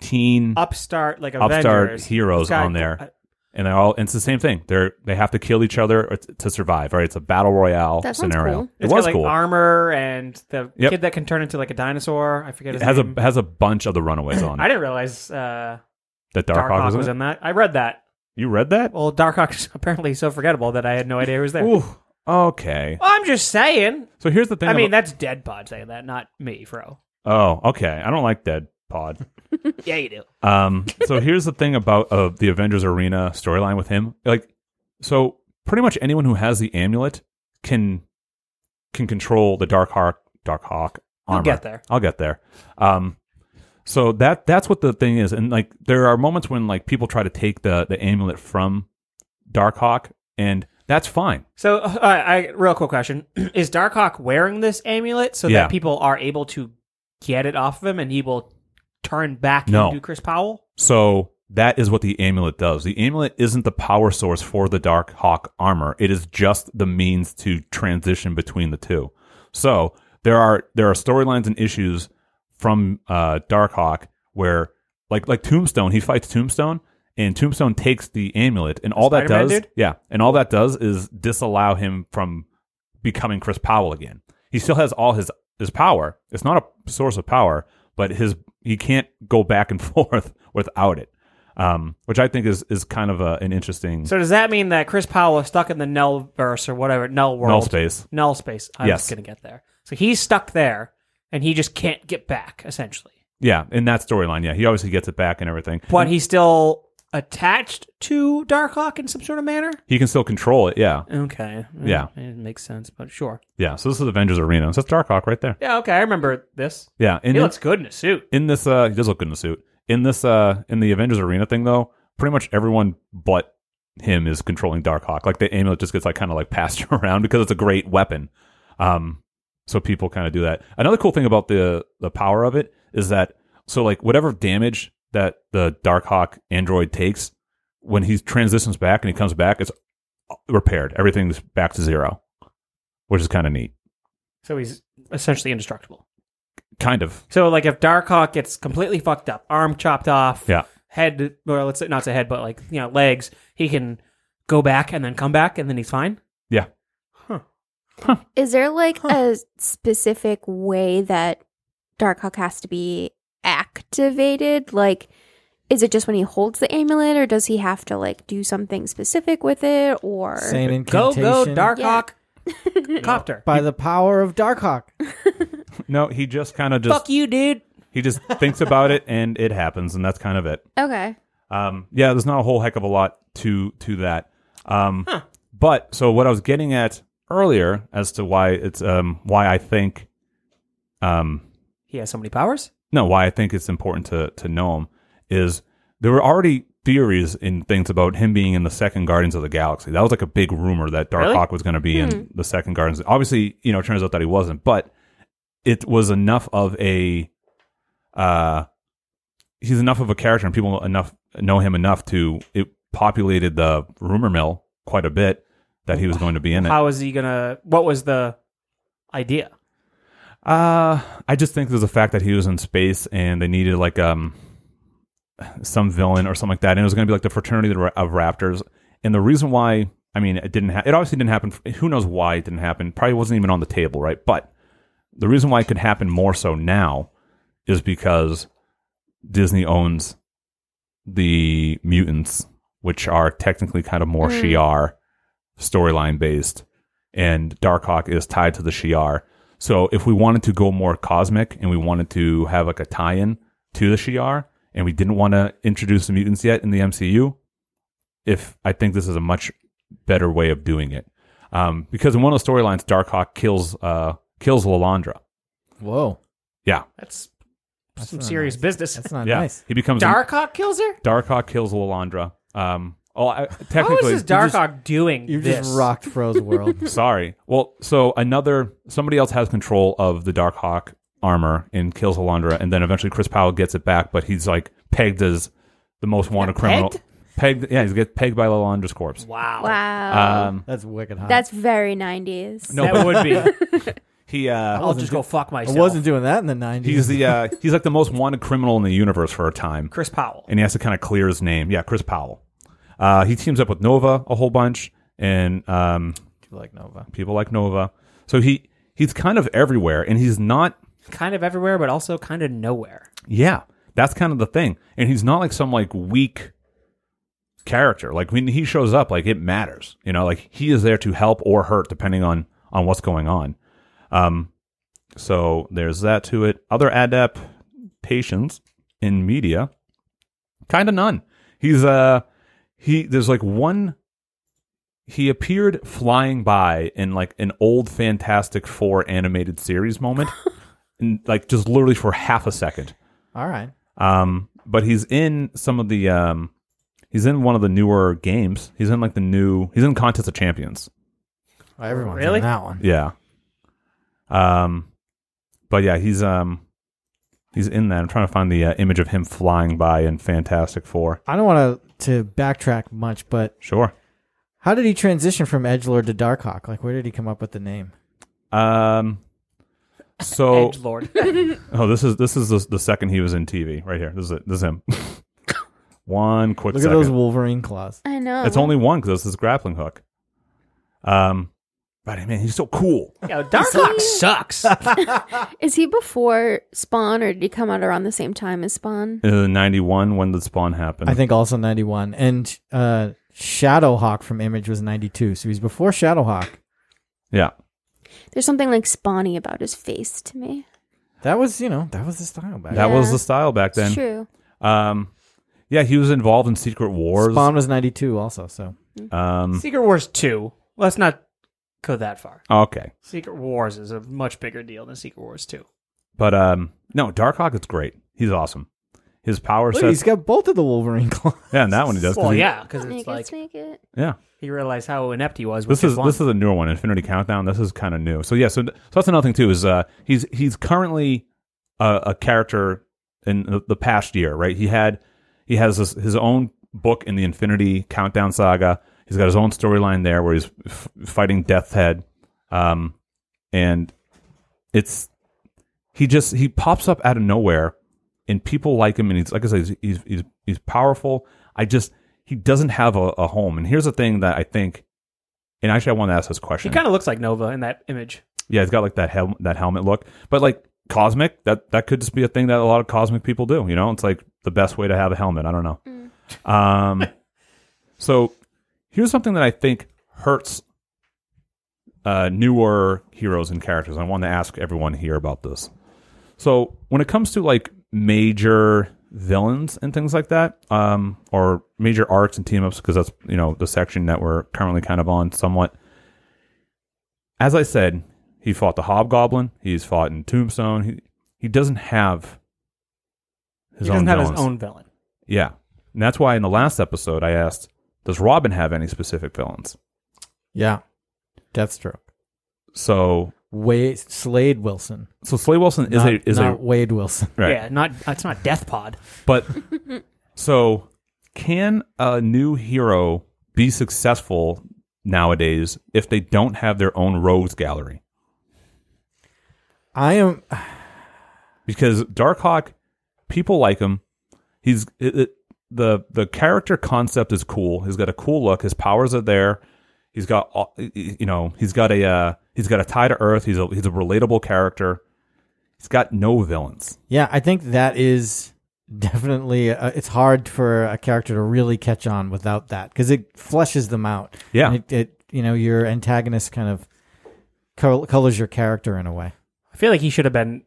Speaker 2: teen
Speaker 3: Upstart like
Speaker 2: upstart
Speaker 3: Avengers
Speaker 2: heroes
Speaker 3: Guy-
Speaker 2: on there,
Speaker 3: I-
Speaker 2: and they're all. And it's the same thing. They're they have to kill each other or t- to survive. Right, it's a battle royale
Speaker 5: That sounds
Speaker 2: scenario.
Speaker 5: cool.
Speaker 2: It
Speaker 3: It's
Speaker 2: was
Speaker 3: got, like,
Speaker 2: cool.
Speaker 3: Armor and the
Speaker 2: Yep.
Speaker 3: kid that can turn into like a dinosaur. I forget
Speaker 2: It
Speaker 3: his
Speaker 2: has
Speaker 3: name.
Speaker 2: a has a bunch of the Runaways on
Speaker 3: I
Speaker 2: it.
Speaker 3: didn't realize uh,
Speaker 2: That Dark,
Speaker 3: Darkhawk
Speaker 2: Hawk was,
Speaker 3: was
Speaker 2: in. it.
Speaker 3: in that. I read that.
Speaker 2: You read that?
Speaker 3: Well, Darkhawk is apparently so forgettable that I had no idea he was there.
Speaker 2: Ooh, okay.
Speaker 3: Well, I'm just saying.
Speaker 2: So here's the thing.
Speaker 3: I mean,
Speaker 2: about-
Speaker 3: that's Dead Pod saying that, not me, bro.
Speaker 2: oh, okay. I don't like Dead Pod.
Speaker 3: Yeah, you do.
Speaker 2: Um, so here's the thing about uh, the Avengers Arena storyline with him. Like, so pretty much anyone who has the amulet can can control the Dark Hawk Dark Hawk
Speaker 3: I'll
Speaker 2: armor.
Speaker 3: get there.
Speaker 2: I'll get there. Um, so that that's what the thing is, and like there are moments when like people try to take the the amulet from Dark Hawk, and that's fine.
Speaker 3: So, uh, I real quick question: Is Darkhawk wearing this amulet so
Speaker 2: Yeah.
Speaker 3: that people are able to get it off of him, and he will turn back
Speaker 2: No.
Speaker 3: into Chris Powell?
Speaker 2: So that is what the amulet does. The amulet isn't the power source for the Dark Hawk armor. It is just the means to transition between the two. So there are there are storylines and issues from uh, Dark Hawk where like like Tombstone, he fights Tombstone and Tombstone takes the amulet and all that
Speaker 3: Spider-Man
Speaker 2: does
Speaker 3: dude?
Speaker 2: yeah, and all that does is disallow him from becoming Chris Powell again. He still has all his his power. It's not a source of power, but his he can't go back and forth without it. Um, which I think is is kind of a, an interesting
Speaker 3: So does that mean that Chris Powell is stuck in the Null verse or whatever Null world?
Speaker 2: null space.
Speaker 3: Null space. I
Speaker 2: Yes.
Speaker 3: was gonna get there. So he's stuck there, and he just can't get back. Essentially,
Speaker 2: Yeah, in that storyline, yeah, he obviously gets it back and everything.
Speaker 3: but he's still attached to Darkhawk in some sort of manner.
Speaker 2: He can still control it. Yeah,
Speaker 3: Okay.
Speaker 2: Yeah.
Speaker 3: it makes sense, but sure.
Speaker 2: yeah. So this is Avengers Arena. So that's Darkhawk right there.
Speaker 3: Yeah, okay, I remember this.
Speaker 2: Yeah, and
Speaker 3: He
Speaker 2: in-
Speaker 3: looks good in a suit.
Speaker 2: in this uh he does look good in the suit in this uh in the avengers arena thing though pretty much everyone but him is controlling darkhawk like the amulet just gets like kind of like passed around because it's a great weapon um so people kind of do that another cool thing about the the power of it is that so like whatever damage that the darkhawk android takes when he transitions back and he comes back it's repaired everything's back to zero which is kind of neat
Speaker 3: So he's essentially indestructible.
Speaker 2: kind of
Speaker 3: So like if Darkhawk gets completely fucked up, arm chopped off,
Speaker 2: Yeah.
Speaker 3: head or let's say not say head, but like, you know, legs, he can go back and then come back and then he's fine.
Speaker 2: yeah
Speaker 5: Is there like a specific way that Darkhawk has to be activated? Like, is it just when he holds the amulet, or does he have to like do something specific with it? Or
Speaker 4: Same
Speaker 3: Go
Speaker 4: incantation.
Speaker 3: go Darkhawk copter.
Speaker 4: By the power of Darkhawk.
Speaker 2: no he just kind of just
Speaker 3: Fuck you, dude.
Speaker 2: He just thinks about it and it happens, and that's kind of it.
Speaker 5: okay,
Speaker 2: Um, yeah, there's not a whole heck of a lot to to that. Um, But so what I was getting at earlier as to why it's um, why I think um,
Speaker 3: He has so many powers.
Speaker 2: no, why I think it's important to to know him is there were already theories and things about him being in the second Guardians of the Galaxy. That was like a big rumor that Dark
Speaker 3: Really?
Speaker 2: Hawk was going to be in the second Guardians. Obviously, you know, it turns out that he wasn't, but it was enough of a uh he's enough of a character and people enough know him enough to it populated the rumor mill quite a bit that he was going to be in it.
Speaker 3: How is he gonna what was the idea?
Speaker 2: Uh, I just think there's the fact that he was in space and they needed like um some villain or something like that, and it was going to be like the fraternity of Ra- of Raptors, And the reason why, I mean, it didn't. Ha- it obviously didn't happen. Who knows why it didn't happen? Probably wasn't even on the table, right? But the reason why it could happen more so now is because Disney owns the mutants, which are technically kind of more Shi'ar storyline based, and Darkhawk is tied to the Shi'ar. So if we wanted to go more cosmic and we wanted to have like a tie-in to the Shi'ar, and we didn't want to introduce the mutants yet in the MCU, if I think this is a much better way of doing it, um, because in one of the storylines, Darkhawk kills uh, kills Lalandra.
Speaker 4: Whoa,
Speaker 2: Yeah,
Speaker 3: That's,
Speaker 4: That's
Speaker 3: some
Speaker 4: not
Speaker 3: serious
Speaker 4: nice.
Speaker 3: business.
Speaker 4: that's not
Speaker 2: yeah.
Speaker 4: nice.
Speaker 2: He becomes
Speaker 3: Darkhawk kills her.
Speaker 2: Darkhawk kills Lalandra. Um, oh, I,
Speaker 3: How
Speaker 2: technically,
Speaker 3: is this Darkhawk doing?
Speaker 4: You
Speaker 3: this?
Speaker 4: just rocked Fro's world.
Speaker 2: Sorry. Well, so another somebody else has control of the Darkhawk armor and kills Alondra, and then eventually Chris Powell gets it back, but he's like pegged as the most wanted criminal. Pegged, yeah, he gets pegged by Lalandra's corpse.
Speaker 3: Wow.
Speaker 5: Wow.
Speaker 2: Um,
Speaker 4: That's wicked hot.
Speaker 5: That's very 90s.
Speaker 2: no,
Speaker 3: that would be. Oh,
Speaker 2: he uh,
Speaker 6: I'll just go fuck
Speaker 4: I
Speaker 6: myself.
Speaker 4: wasn't doing that in the nineties.
Speaker 2: he's the uh, he's like the most wanted criminal in the universe for a time.
Speaker 3: Chris Powell.
Speaker 2: and he has to kind of clear his name. Yeah, Chris Powell. Uh, he teams up with Nova a whole bunch, and um,
Speaker 4: like Nova.
Speaker 2: people like Nova. So he he's kind of everywhere, and he's not.
Speaker 6: kind of everywhere, but also kind of nowhere.
Speaker 2: Yeah, that's kind of the thing. And he's not like some like weak character. Like when he shows up, like it matters. You know, like he is there to help or hurt depending on on what's going on. Um, so there's that to it. Other adaptations in media, kind of none. He's uh he there's like one. He appeared flying by in like an old Fantastic Four animated series moment, and like just literally for half a second.
Speaker 4: All right.
Speaker 2: Um, but he's in some of the um, he's in one of the newer games. He's in like the new he's in Contest of Champions.
Speaker 4: Well, everyone's
Speaker 3: Really?
Speaker 4: on that one.
Speaker 2: Yeah. Um, but yeah, he's um, he's in that. I'm trying to find the uh, image of him flying by in Fantastic Four.
Speaker 4: I don't want to to backtrack much, but
Speaker 2: Sure.
Speaker 4: how did he transition from Edge Lord to Darkhawk? Like, where did he come up with the name?
Speaker 2: Um, so
Speaker 6: Edge Lord.
Speaker 2: oh, this is this is the, the second he was in TV right here. This is it. This is him. one quick
Speaker 4: Look
Speaker 2: second.
Speaker 4: at those Wolverine claws.
Speaker 5: I know.
Speaker 2: it's only one because this is grappling hook. Um, but I mean, he's so cool.
Speaker 3: Yeah, Darkhawk
Speaker 6: Darkhawk sucks.
Speaker 5: Is he before Spawn or did he come out around the same time as Spawn?
Speaker 2: Uh, 91 when did spawn happen
Speaker 4: I think also ninety one, and uh, Shadowhawk from Image was ninety two, so he's before Shadowhawk.
Speaker 2: yeah
Speaker 5: There's something like spawny about his face to me.
Speaker 4: That was you know that was the style back.
Speaker 2: that
Speaker 5: Yeah.
Speaker 2: was the style back then
Speaker 5: It's true.
Speaker 2: um yeah he was involved in secret wars
Speaker 4: Spawn was ninety two also, so
Speaker 2: um
Speaker 3: Secret Wars two. Let's not go that far.
Speaker 2: okay
Speaker 3: Secret Wars is a much bigger deal than Secret Wars two.
Speaker 2: but um no darkhawk is great he's awesome his power
Speaker 4: Look,
Speaker 2: set
Speaker 4: he's got both of the Wolverine claws.
Speaker 2: yeah and that one he does 'cause
Speaker 3: Well,
Speaker 2: he-
Speaker 3: yeah, because
Speaker 5: You
Speaker 3: it's
Speaker 5: can
Speaker 3: like
Speaker 5: sneak it.
Speaker 2: yeah
Speaker 3: he realized how inept he was. With
Speaker 2: this is
Speaker 3: one.
Speaker 2: this is a newer one infinity countdown this is kind of new so yeah so, so that's another thing too is uh he's he's currently a, a character in the, the past year right he had he has his, his own book in the infinity countdown saga he's got his own storyline there where he's f- fighting death's head um and it's he just he pops up out of nowhere and people like him and he's like i said he's he's he's, he's powerful i just he doesn't have a, a home and here's the thing that i think and actually i want to ask this
Speaker 3: he
Speaker 2: question
Speaker 3: kind of looks like Nova in that image.
Speaker 2: yeah he's got like that hel- that helmet look but like cosmic that that could just be a thing that a lot of cosmic people do you know it's like the best way to have a helmet i don't know um so here's something that i think hurts uh, newer heroes and characters. I want to ask everyone here about this. So when it comes to like major villains and things like that, um, or major arcs and team ups, because that's you know the section that we're currently kind of on somewhat. As I said, he fought the Hobgoblin. He's fought in Tombstone. He he doesn't have his
Speaker 3: he doesn't
Speaker 2: own
Speaker 3: have
Speaker 2: villains.
Speaker 3: his own villain.
Speaker 2: Yeah. And that's why in the last episode I asked, does Robin have any specific villains?
Speaker 4: Yeah, Deathstroke,
Speaker 2: So
Speaker 4: Wade Slade Wilson
Speaker 2: so Slay Wilson is
Speaker 4: not,
Speaker 2: a is
Speaker 4: not
Speaker 2: a
Speaker 4: Wade Wilson.
Speaker 2: right.
Speaker 3: Yeah, not it's not Death Pod.
Speaker 2: But so can a new hero be successful nowadays if they don't have their own rogues gallery?
Speaker 4: I am
Speaker 2: Because Darkhawk, people like him. He's it, it, the the character concept is cool. He's got a cool look. His powers are there. He's got all- you know he's got a uh, he's got a tie to Earth. He's a he's a relatable character. He's got no villains.
Speaker 4: Yeah, I think that is definitely uh, it's hard for a character to really catch on without that because it flushes them out.
Speaker 2: Yeah.
Speaker 4: And it, it you know your antagonist kind of col- colors your character in a way.
Speaker 6: I feel like he should have been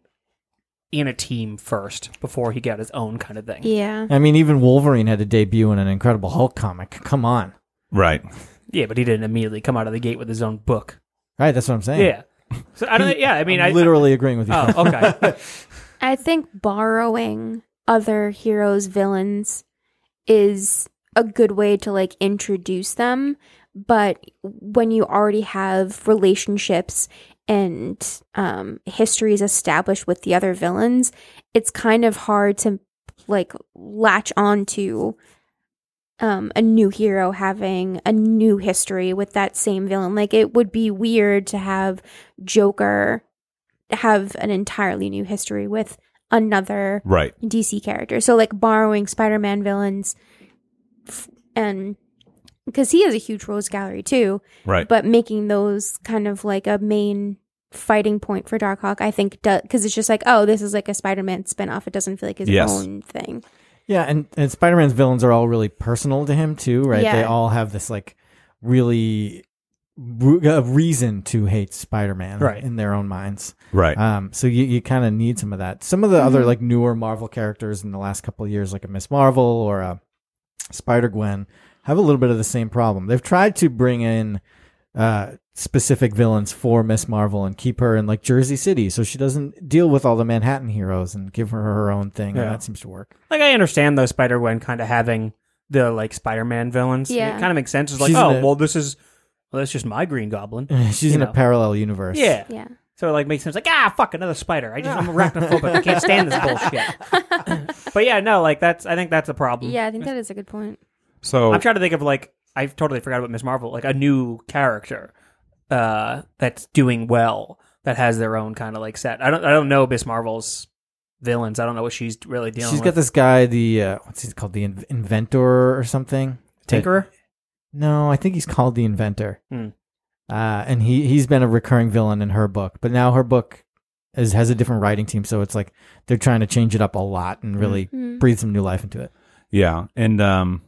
Speaker 6: in a team first before he got his own kind of thing.
Speaker 5: Yeah.
Speaker 4: I mean, even Wolverine had a debut in an Incredible Hulk comic. Come on,
Speaker 2: Right.
Speaker 6: Yeah, but he didn't immediately come out of the gate with his own book.
Speaker 4: right? That's what I'm saying.
Speaker 6: Yeah. So I don't. Yeah, I mean, I
Speaker 4: I'm literally agreeing with you.
Speaker 6: Oh, okay.
Speaker 5: I think borrowing other heroes' villains is a good way to like introduce them, but when you already have relationships and um, histories established with the other villains, it's kind of hard to like latch on to um, a new hero having a new history with that same villain. Like it would be weird to have Joker have an entirely new history with another
Speaker 2: Right.
Speaker 5: DC character. So like borrowing Spider-Man villains f- and because he has a huge rose gallery too,
Speaker 2: Right.
Speaker 5: but making those kind of like a main fighting point for Darkhawk, I think, because it's just like, oh, this is like a Spider-Man spinoff. It doesn't feel like his
Speaker 2: Yes.
Speaker 5: own thing.
Speaker 4: Yeah, and, and Spider Man's villains are all really personal to him too, right?
Speaker 5: Yeah.
Speaker 4: They all have this like really re- uh, reason to hate Spider Man,
Speaker 6: Right.
Speaker 4: In their own minds.
Speaker 2: right.
Speaker 4: Um, so you, you kind of need some of that. Some of the other
Speaker 5: Mhm.
Speaker 4: like newer Marvel characters in the last couple of years, like a Miss Marvel or a Spider Gwen, have a little bit of the same problem. They've tried to bring in uh, specific villains for Miss Marvel and keep her in like Jersey City, so she doesn't deal with all the Manhattan heroes and give her her own thing.
Speaker 6: Yeah.
Speaker 4: And that seems to work.
Speaker 3: Like I understand though, Spider Gwen kind of having the like Spider Man villains.
Speaker 5: Yeah.
Speaker 3: it kind of makes sense. It's like,
Speaker 4: She's
Speaker 3: oh
Speaker 4: the-
Speaker 3: well, this is well, that's just my Green Goblin.
Speaker 4: She's in
Speaker 3: know.
Speaker 4: a parallel universe.
Speaker 3: Yeah,
Speaker 5: Yeah.
Speaker 3: so it like makes sense. Like ah, fuck another spider. I just I'm arachnophobic. I can't stand this bullshit. but yeah, no, like that's I think that's a problem.
Speaker 5: Yeah, I think that is a good point.
Speaker 2: So
Speaker 3: I'm trying to think of like I've totally forgot about Miss Marvel, like a new character uh that's doing well that has their own kind of like set. I don't I don't know Miss Marvel's villains. I don't know what she's really dealing
Speaker 4: She's
Speaker 3: with.
Speaker 4: got this guy, the uh, what's he called, the in- inventor or something.
Speaker 3: Tinkerer.
Speaker 4: No, I think he's called the inventor.
Speaker 3: Hmm.
Speaker 4: Uh, and he he's been a recurring villain in her book, but now her book is has a different writing team, so it's like they're trying to change it up a lot and really
Speaker 3: Hmm.
Speaker 5: Mm.
Speaker 4: breathe some new life into it.
Speaker 2: Yeah, and um,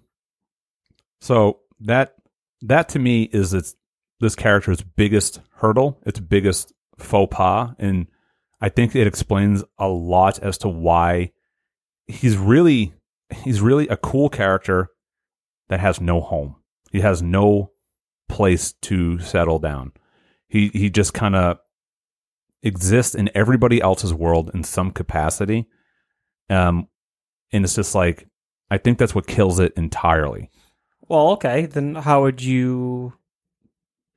Speaker 2: so that that to me is its this character's biggest hurdle, its biggest faux pas, and I think it explains a lot as to why he's really he's really a cool character that has no home. He has no place to settle down. He he just kind of exists in everybody else's world in some capacity. Um and it's just like I think that's what kills it entirely.
Speaker 3: Well, okay, then how would you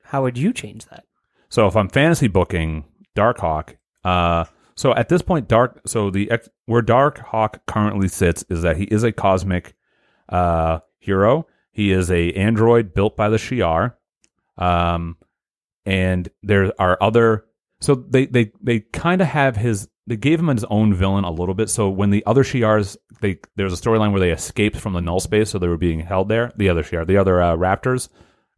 Speaker 3: how would you change that?
Speaker 2: So if I'm fantasy booking Darkhawk, uh, so at this point, Dark, so the ex, where Darkhawk currently sits is that he is a cosmic uh, hero. He is a android built by the Shi'ar, um, and there are other. So they they they kind of have his. They gave him his own villain a little bit. So when the other Shi'ars, they there was a storyline where they escaped from the null space, so they were being held there. The other Shi'ar, the other uh, Raptors, because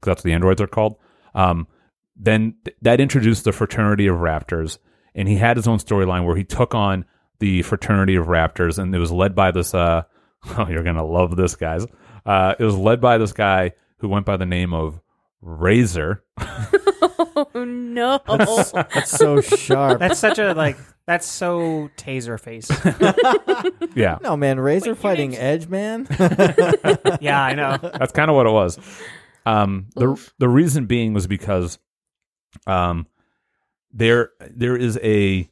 Speaker 2: that's what the androids are called. Um, then th- that introduced the fraternity of raptors and he had his own storyline where he took on the fraternity of raptors and it was led by this uh oh you're gonna love this guys uh it was led by this guy who went by the name of razor
Speaker 5: Oh no.
Speaker 4: That's so sharp.
Speaker 3: That's such a like that's so taser face.
Speaker 2: yeah
Speaker 4: no man, Razor fighting Edge, man.
Speaker 3: yeah, I know.
Speaker 2: That's kind of what it was. Um, the the reason being was because um, there there is a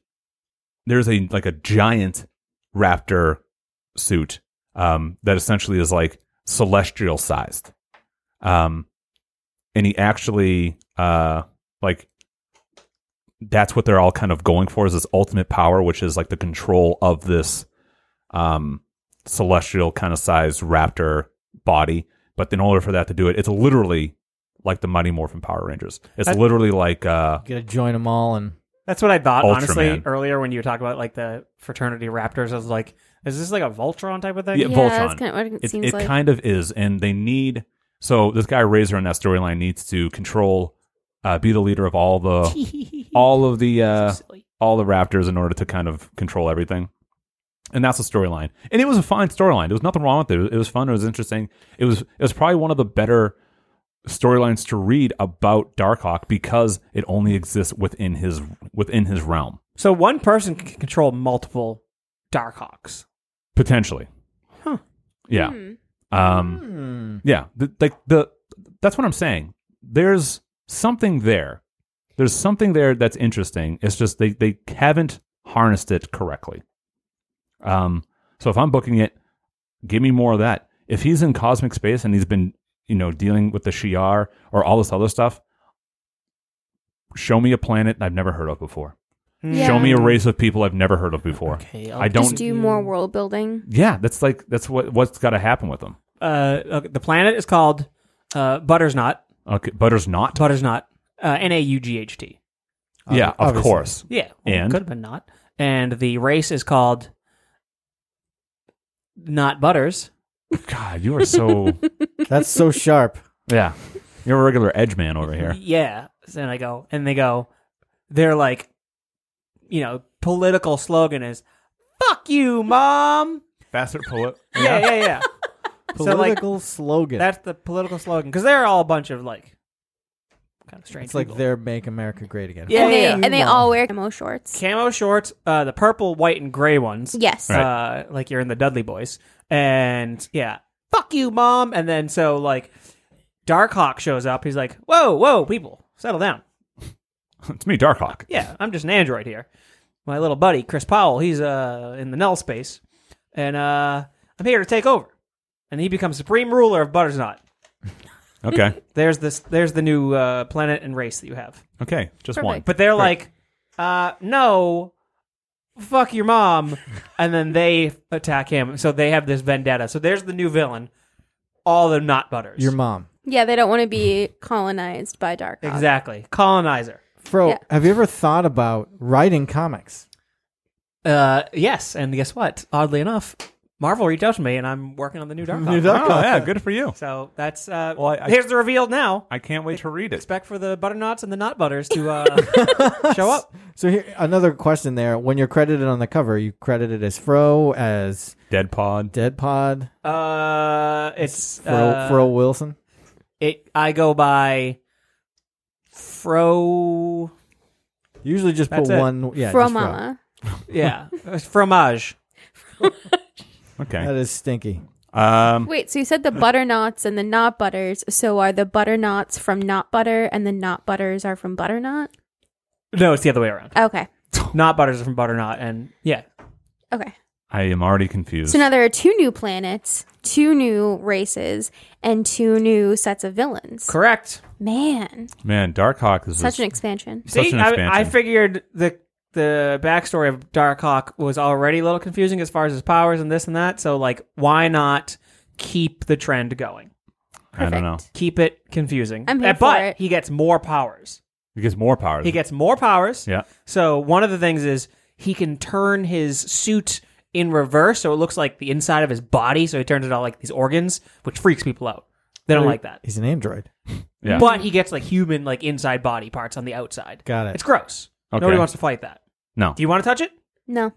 Speaker 2: there's a like a giant raptor suit um, that essentially is like celestial sized, um, and he actually uh, like that's what they're all kind of going for is this ultimate power, which is like the control of this um, celestial kind of sized raptor body. But in order for that to do it, it's literally like the Mighty Morphin Power Rangers. It's
Speaker 3: I-
Speaker 2: literally like uh,
Speaker 4: Gotta join them all and
Speaker 3: That's what I thought, honestly,
Speaker 2: Ultraman.
Speaker 3: earlier when you were talking about like the fraternity raptors. I was like, is this like a Voltron type of thing?
Speaker 2: Yeah,
Speaker 5: that's
Speaker 2: Voltron.
Speaker 5: kind of what it,
Speaker 2: it,
Speaker 5: seems
Speaker 2: it
Speaker 5: like.
Speaker 2: kind of is and they need so this guy razor in that storyline needs to control uh, be the leader of all the all of the uh, all the raptors in order to kind of control everything and that's the storyline and it was a fine storyline there was nothing wrong with it it was fun it was interesting it was it was probably one of the better storylines to read about darkhawk because it only exists within his within his realm
Speaker 3: So one person can control multiple Darkhawks.
Speaker 2: potentially
Speaker 3: Huh.
Speaker 2: yeah
Speaker 5: Hmm.
Speaker 2: um
Speaker 4: Hmm.
Speaker 2: Yeah, the, like the that's what I'm saying. There's something there. There's something there that's interesting. It's just they they haven't harnessed it correctly. Um, so if I'm booking it, give me more of that. If he's in cosmic space and he's been you know dealing with the Shi'ar or all this other stuff, show me a planet I've never heard of before.
Speaker 5: Yeah.
Speaker 2: Show me a race of people I've never heard of before.
Speaker 3: Okay,
Speaker 2: I don't-
Speaker 5: Just do
Speaker 3: Mm.
Speaker 5: more world building.
Speaker 2: Yeah, that's like that's what what's got to happen with them.
Speaker 3: Uh, okay, the planet is called uh, Butter's Not.
Speaker 2: Okay, Butter's not.
Speaker 3: Butter's Not. Uh, N a u g h t.
Speaker 2: yeah, of
Speaker 4: Obviously.
Speaker 2: course.
Speaker 3: Yeah,
Speaker 2: And?
Speaker 3: could have been not. And the race is called not Butters.
Speaker 2: God, you are so
Speaker 4: That's so sharp.
Speaker 2: Yeah. You're a regular edge man over here.
Speaker 3: Yeah. And I go, and they go, they're like, you know, political slogan is "fuck you, mom."
Speaker 2: Faster pull it.
Speaker 3: Yeah, yeah, yeah. So, like,
Speaker 4: Political slogan.
Speaker 3: That's the political slogan because they're all a bunch of like kind of strange.
Speaker 4: it's like
Speaker 3: people.
Speaker 4: their make America great again.
Speaker 3: Yeah,
Speaker 5: and they,
Speaker 3: yeah, yeah.
Speaker 5: And they all wear camo shorts.
Speaker 3: camo shorts, uh, the purple, white, and gray ones.
Speaker 5: Yes.
Speaker 3: uh, like you're in the Dudley Boys, and yeah, fuck you, mom. And then so like, Darkhawk shows up. He's like, whoa, whoa, people, settle down.
Speaker 2: it's me, Darkhawk.
Speaker 3: Yeah, I'm just an android here. My little buddy Chris Powell, he's uh in the Null space, and uh, I'm here to take over. And he becomes supreme ruler of Butternut.
Speaker 2: Okay.
Speaker 3: There's this. There's the new uh, planet and race that you have.
Speaker 2: Okay. Just one.
Speaker 3: But they're like, uh, no, fuck your mom. and then they attack him. So they have this vendetta. So there's the new villain. All the not butters.
Speaker 4: Your mom.
Speaker 5: Yeah, they don't want to be colonized by dark. Ops.
Speaker 3: Exactly. Colonizer.
Speaker 4: Fro,
Speaker 5: Yeah.
Speaker 4: have you ever thought about writing comics?
Speaker 3: Uh, yes. And guess what? Oddly enough, Marvel reached out to me and I'm working on the new Dark Knight.
Speaker 2: Oh, yeah. Good for you.
Speaker 3: So that's, uh,
Speaker 2: Well, I- I-
Speaker 3: here's the reveal now.
Speaker 2: I can't wait to read it.
Speaker 3: Expect for the butternuts and the not butters to uh, show up.
Speaker 4: So here, another question there. When you're credited on the cover, you credited as Fro, as
Speaker 2: Dead Pod.
Speaker 4: Dead Pod,
Speaker 3: Uh, it's
Speaker 4: Fro,
Speaker 3: uh,
Speaker 4: Fro Wilson.
Speaker 3: It. I go by Fro.
Speaker 4: You usually just put
Speaker 3: that's it.
Speaker 4: one. Yeah,
Speaker 5: Fro
Speaker 4: just Fro.
Speaker 5: mama.
Speaker 3: Yeah, It's fromage.
Speaker 4: That
Speaker 2: Okay.
Speaker 4: is stinky.
Speaker 2: Um,
Speaker 5: Wait, so you said the butternots and the not butters. So are the butternots from not butter and the not butters are from butternut?
Speaker 3: No, it's the other way around.
Speaker 5: Okay.
Speaker 3: Not butters are from butternut, and yeah,
Speaker 5: Okay.
Speaker 2: I am already confused.
Speaker 5: So now there are two new planets, two new races, and two new sets of villains.
Speaker 3: correct.
Speaker 5: Man,
Speaker 2: Man, Darkhawk is
Speaker 5: such
Speaker 2: just,
Speaker 5: an expansion.
Speaker 2: Such
Speaker 3: See,
Speaker 2: an expansion.
Speaker 3: I, I figured the the backstory of Darkhawk was already a little confusing as far as his powers and this and that. So like, why not keep the trend going?
Speaker 2: I don't know.
Speaker 5: Perfect.
Speaker 3: Keep it confusing.
Speaker 5: I'm here
Speaker 3: Uh, but
Speaker 5: for it.
Speaker 3: he gets more powers.
Speaker 2: He gets more power.
Speaker 3: He gets more powers.
Speaker 2: Yeah.
Speaker 3: So one of the things is he can turn his suit in reverse, so it looks like the inside of his body. So he turns it all like these organs, which freaks people out. They don't like that.
Speaker 4: He's an android.
Speaker 2: Yeah.
Speaker 3: But he gets like human like inside body parts on the outside.
Speaker 4: Got it.
Speaker 3: It's gross.
Speaker 2: Okay.
Speaker 3: Nobody wants to fight that.
Speaker 2: No.
Speaker 3: Do you want to touch it?
Speaker 5: No.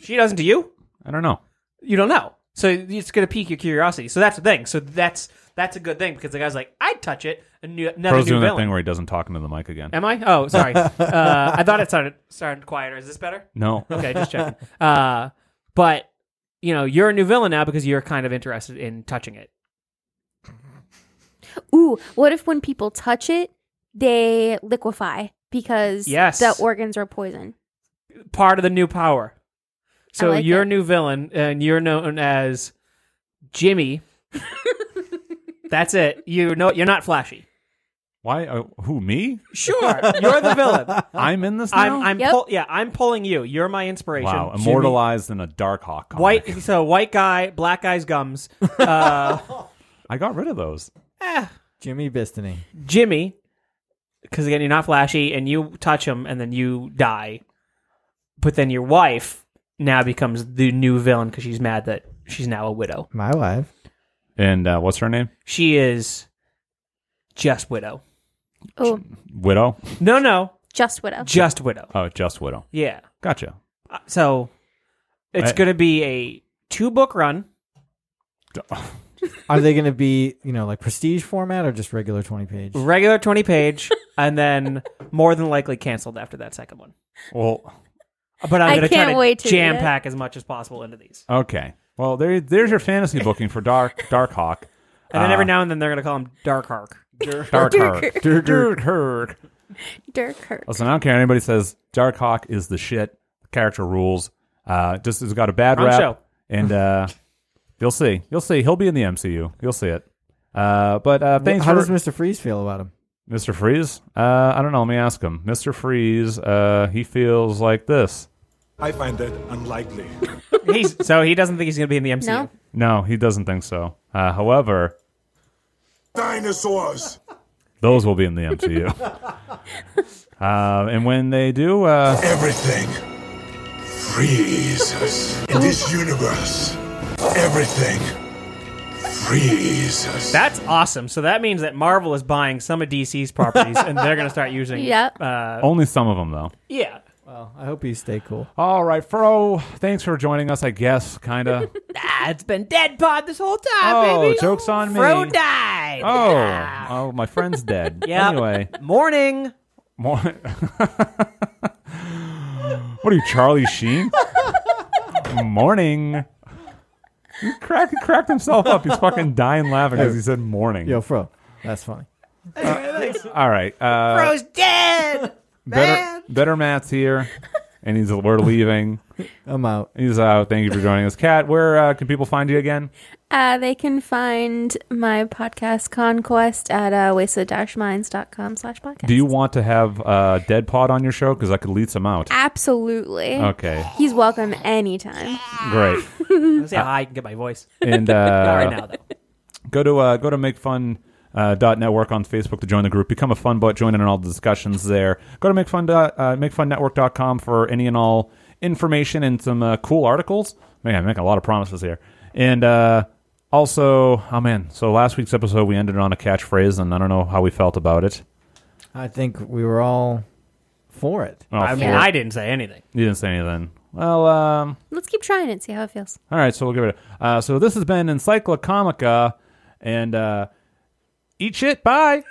Speaker 3: She doesn't to you.
Speaker 2: I don't know.
Speaker 3: You don't know. So it's going to pique your curiosity. So that's the thing. So that's that's a good thing because the guy's like, I'd touch it. A new, another
Speaker 2: Pro's
Speaker 3: new
Speaker 2: doing that
Speaker 3: villain.
Speaker 2: thing where he doesn't talk into the mic again.
Speaker 3: Am I? Oh, sorry. uh, I thought it sounded sounded quieter. Is this better?
Speaker 2: No.
Speaker 3: Okay, just checking. uh, but you know, you're a new villain now because you're kind of interested in touching it.
Speaker 5: Ooh, what if when people touch it, they liquefy because
Speaker 3: Yes.
Speaker 5: the organs are poison?
Speaker 3: Part of the new power. So
Speaker 5: like
Speaker 3: you're
Speaker 5: it.
Speaker 3: a new villain, and you're known as Jimmy. That's it. You know, you're not flashy.
Speaker 2: Why? Uh, who? Me?
Speaker 3: Sure, you're the villain.
Speaker 2: I'm in this now.
Speaker 3: I'm, I'm,
Speaker 5: Yep.
Speaker 3: pull, yeah, I'm pulling you. You're my inspiration.
Speaker 2: wow. Immortalized in a Darkhawk. Comic.
Speaker 3: White, so white guy, black guy's gums. Uh,
Speaker 2: I got rid of those.
Speaker 4: Jimmy Bistany.
Speaker 3: Jimmy because again, you're not flashy, and you touch him, and then you die. But then your wife now becomes the new villain because she's mad that she's now a widow.
Speaker 4: My wife.
Speaker 2: And uh, what's her name?
Speaker 3: She is just widow.
Speaker 5: Oh,
Speaker 2: Widow.
Speaker 3: No, no,
Speaker 5: just widow.
Speaker 3: just widow.
Speaker 2: Oh, just widow.
Speaker 3: Yeah.
Speaker 2: Gotcha.
Speaker 3: Uh, So it's
Speaker 2: I-
Speaker 3: going to be a two book run.
Speaker 4: Are they going to be, you know, like prestige format or just regular 20 page?
Speaker 3: regular 20 page and then more than likely canceled after that second one
Speaker 2: Well,
Speaker 3: but i'm
Speaker 5: I
Speaker 3: going to try
Speaker 5: can't wait to
Speaker 3: to
Speaker 5: read it.
Speaker 3: jam pack as much as possible into these
Speaker 2: okay. Well, there, there's your fantasy booking for Dark Dark Hawk.
Speaker 3: and then
Speaker 2: Uh,
Speaker 3: every now and then they're going to call him dark hark
Speaker 2: Dark Hawk.
Speaker 5: Dirk.
Speaker 2: Dark Hawk.
Speaker 5: Dirk Kirk.
Speaker 2: Listen, I don't care. Anybody says Dark Hawk is the shit. The character rules. Uh, just has got a bad
Speaker 3: Wrong
Speaker 2: rap.
Speaker 3: show.
Speaker 2: And uh, you'll see. You'll see. He'll be in the MCU. You'll see it. Uh, but uh, thanks
Speaker 4: How
Speaker 2: for
Speaker 4: does Mr. Freeze feel about him?
Speaker 2: Mr. Freeze. Uh, I don't know. Let me ask him. Mr. Freeze. Uh, he feels like this.
Speaker 7: I find that unlikely.
Speaker 3: he's, so he doesn't think he's going to be in the mcu
Speaker 5: No.
Speaker 2: No, he doesn't think so. Uh, however,
Speaker 7: Dinosaurs!
Speaker 2: those will be in the MCU. uh, and when they do, uh,
Speaker 7: Everything freezes. In this universe, everything freezes.
Speaker 3: that's awesome so that means that marvel is buying some of dc's properties and they're going to start using
Speaker 5: Yep.
Speaker 2: only some of them though.
Speaker 3: yeah
Speaker 4: Well, I hope he stay cool.
Speaker 2: All right, Fro. Thanks for joining us. I guess, kind of.
Speaker 3: ah, it's been dead pod this whole time
Speaker 2: oh,
Speaker 3: baby
Speaker 2: jokes on me.
Speaker 3: Fro died
Speaker 2: Oh, oh, my friend's dead.
Speaker 3: Yep.
Speaker 2: Anyway,
Speaker 3: morning
Speaker 2: more. what are you, Charlie Sheen? morning. He cracked, he cracked himself up. He's fucking dying laughing because he said morning.
Speaker 4: Yo, Fro. That's funny.
Speaker 2: All right. Uh,
Speaker 3: bro's dead
Speaker 2: better, better Matt's here, and he's we're leaving.
Speaker 4: I'm out.
Speaker 2: He's out. Thank you for joining us, Kat. Where uh, can people find you again?
Speaker 5: Uh, they can find my podcast Conquest at uh, wasted-minds.com slash podcast.
Speaker 2: Do you want to have uh, Dead Pod on your show? Because I could lead some out.
Speaker 5: Absolutely.
Speaker 2: Okay,
Speaker 5: He's welcome anytime.
Speaker 2: great.
Speaker 3: let's see how high i can get my voice
Speaker 2: And uh,
Speaker 3: not right now though
Speaker 2: go to uh, go to makefun. Uh, dot network on Facebook to join the group. Become a fun butt. Join in on all the discussions there. Go to makefun dot, uh, makefunnetwork.com for any and all information and some uh, cool articles. Man, I'm making a lot of promises here. And uh, also, oh man, so last week's episode we ended on a catchphrase, and I don't know how we felt about it.
Speaker 4: I think we were all for it.
Speaker 2: Oh,
Speaker 3: i mean
Speaker 2: for-
Speaker 3: i didn't say anything
Speaker 2: you didn't say anything. Well, um,
Speaker 5: Let's keep trying it, see how it feels.
Speaker 2: All right, so we'll give it. A, uh, so this has been Encyclocomica, and uh, eat shit. Bye.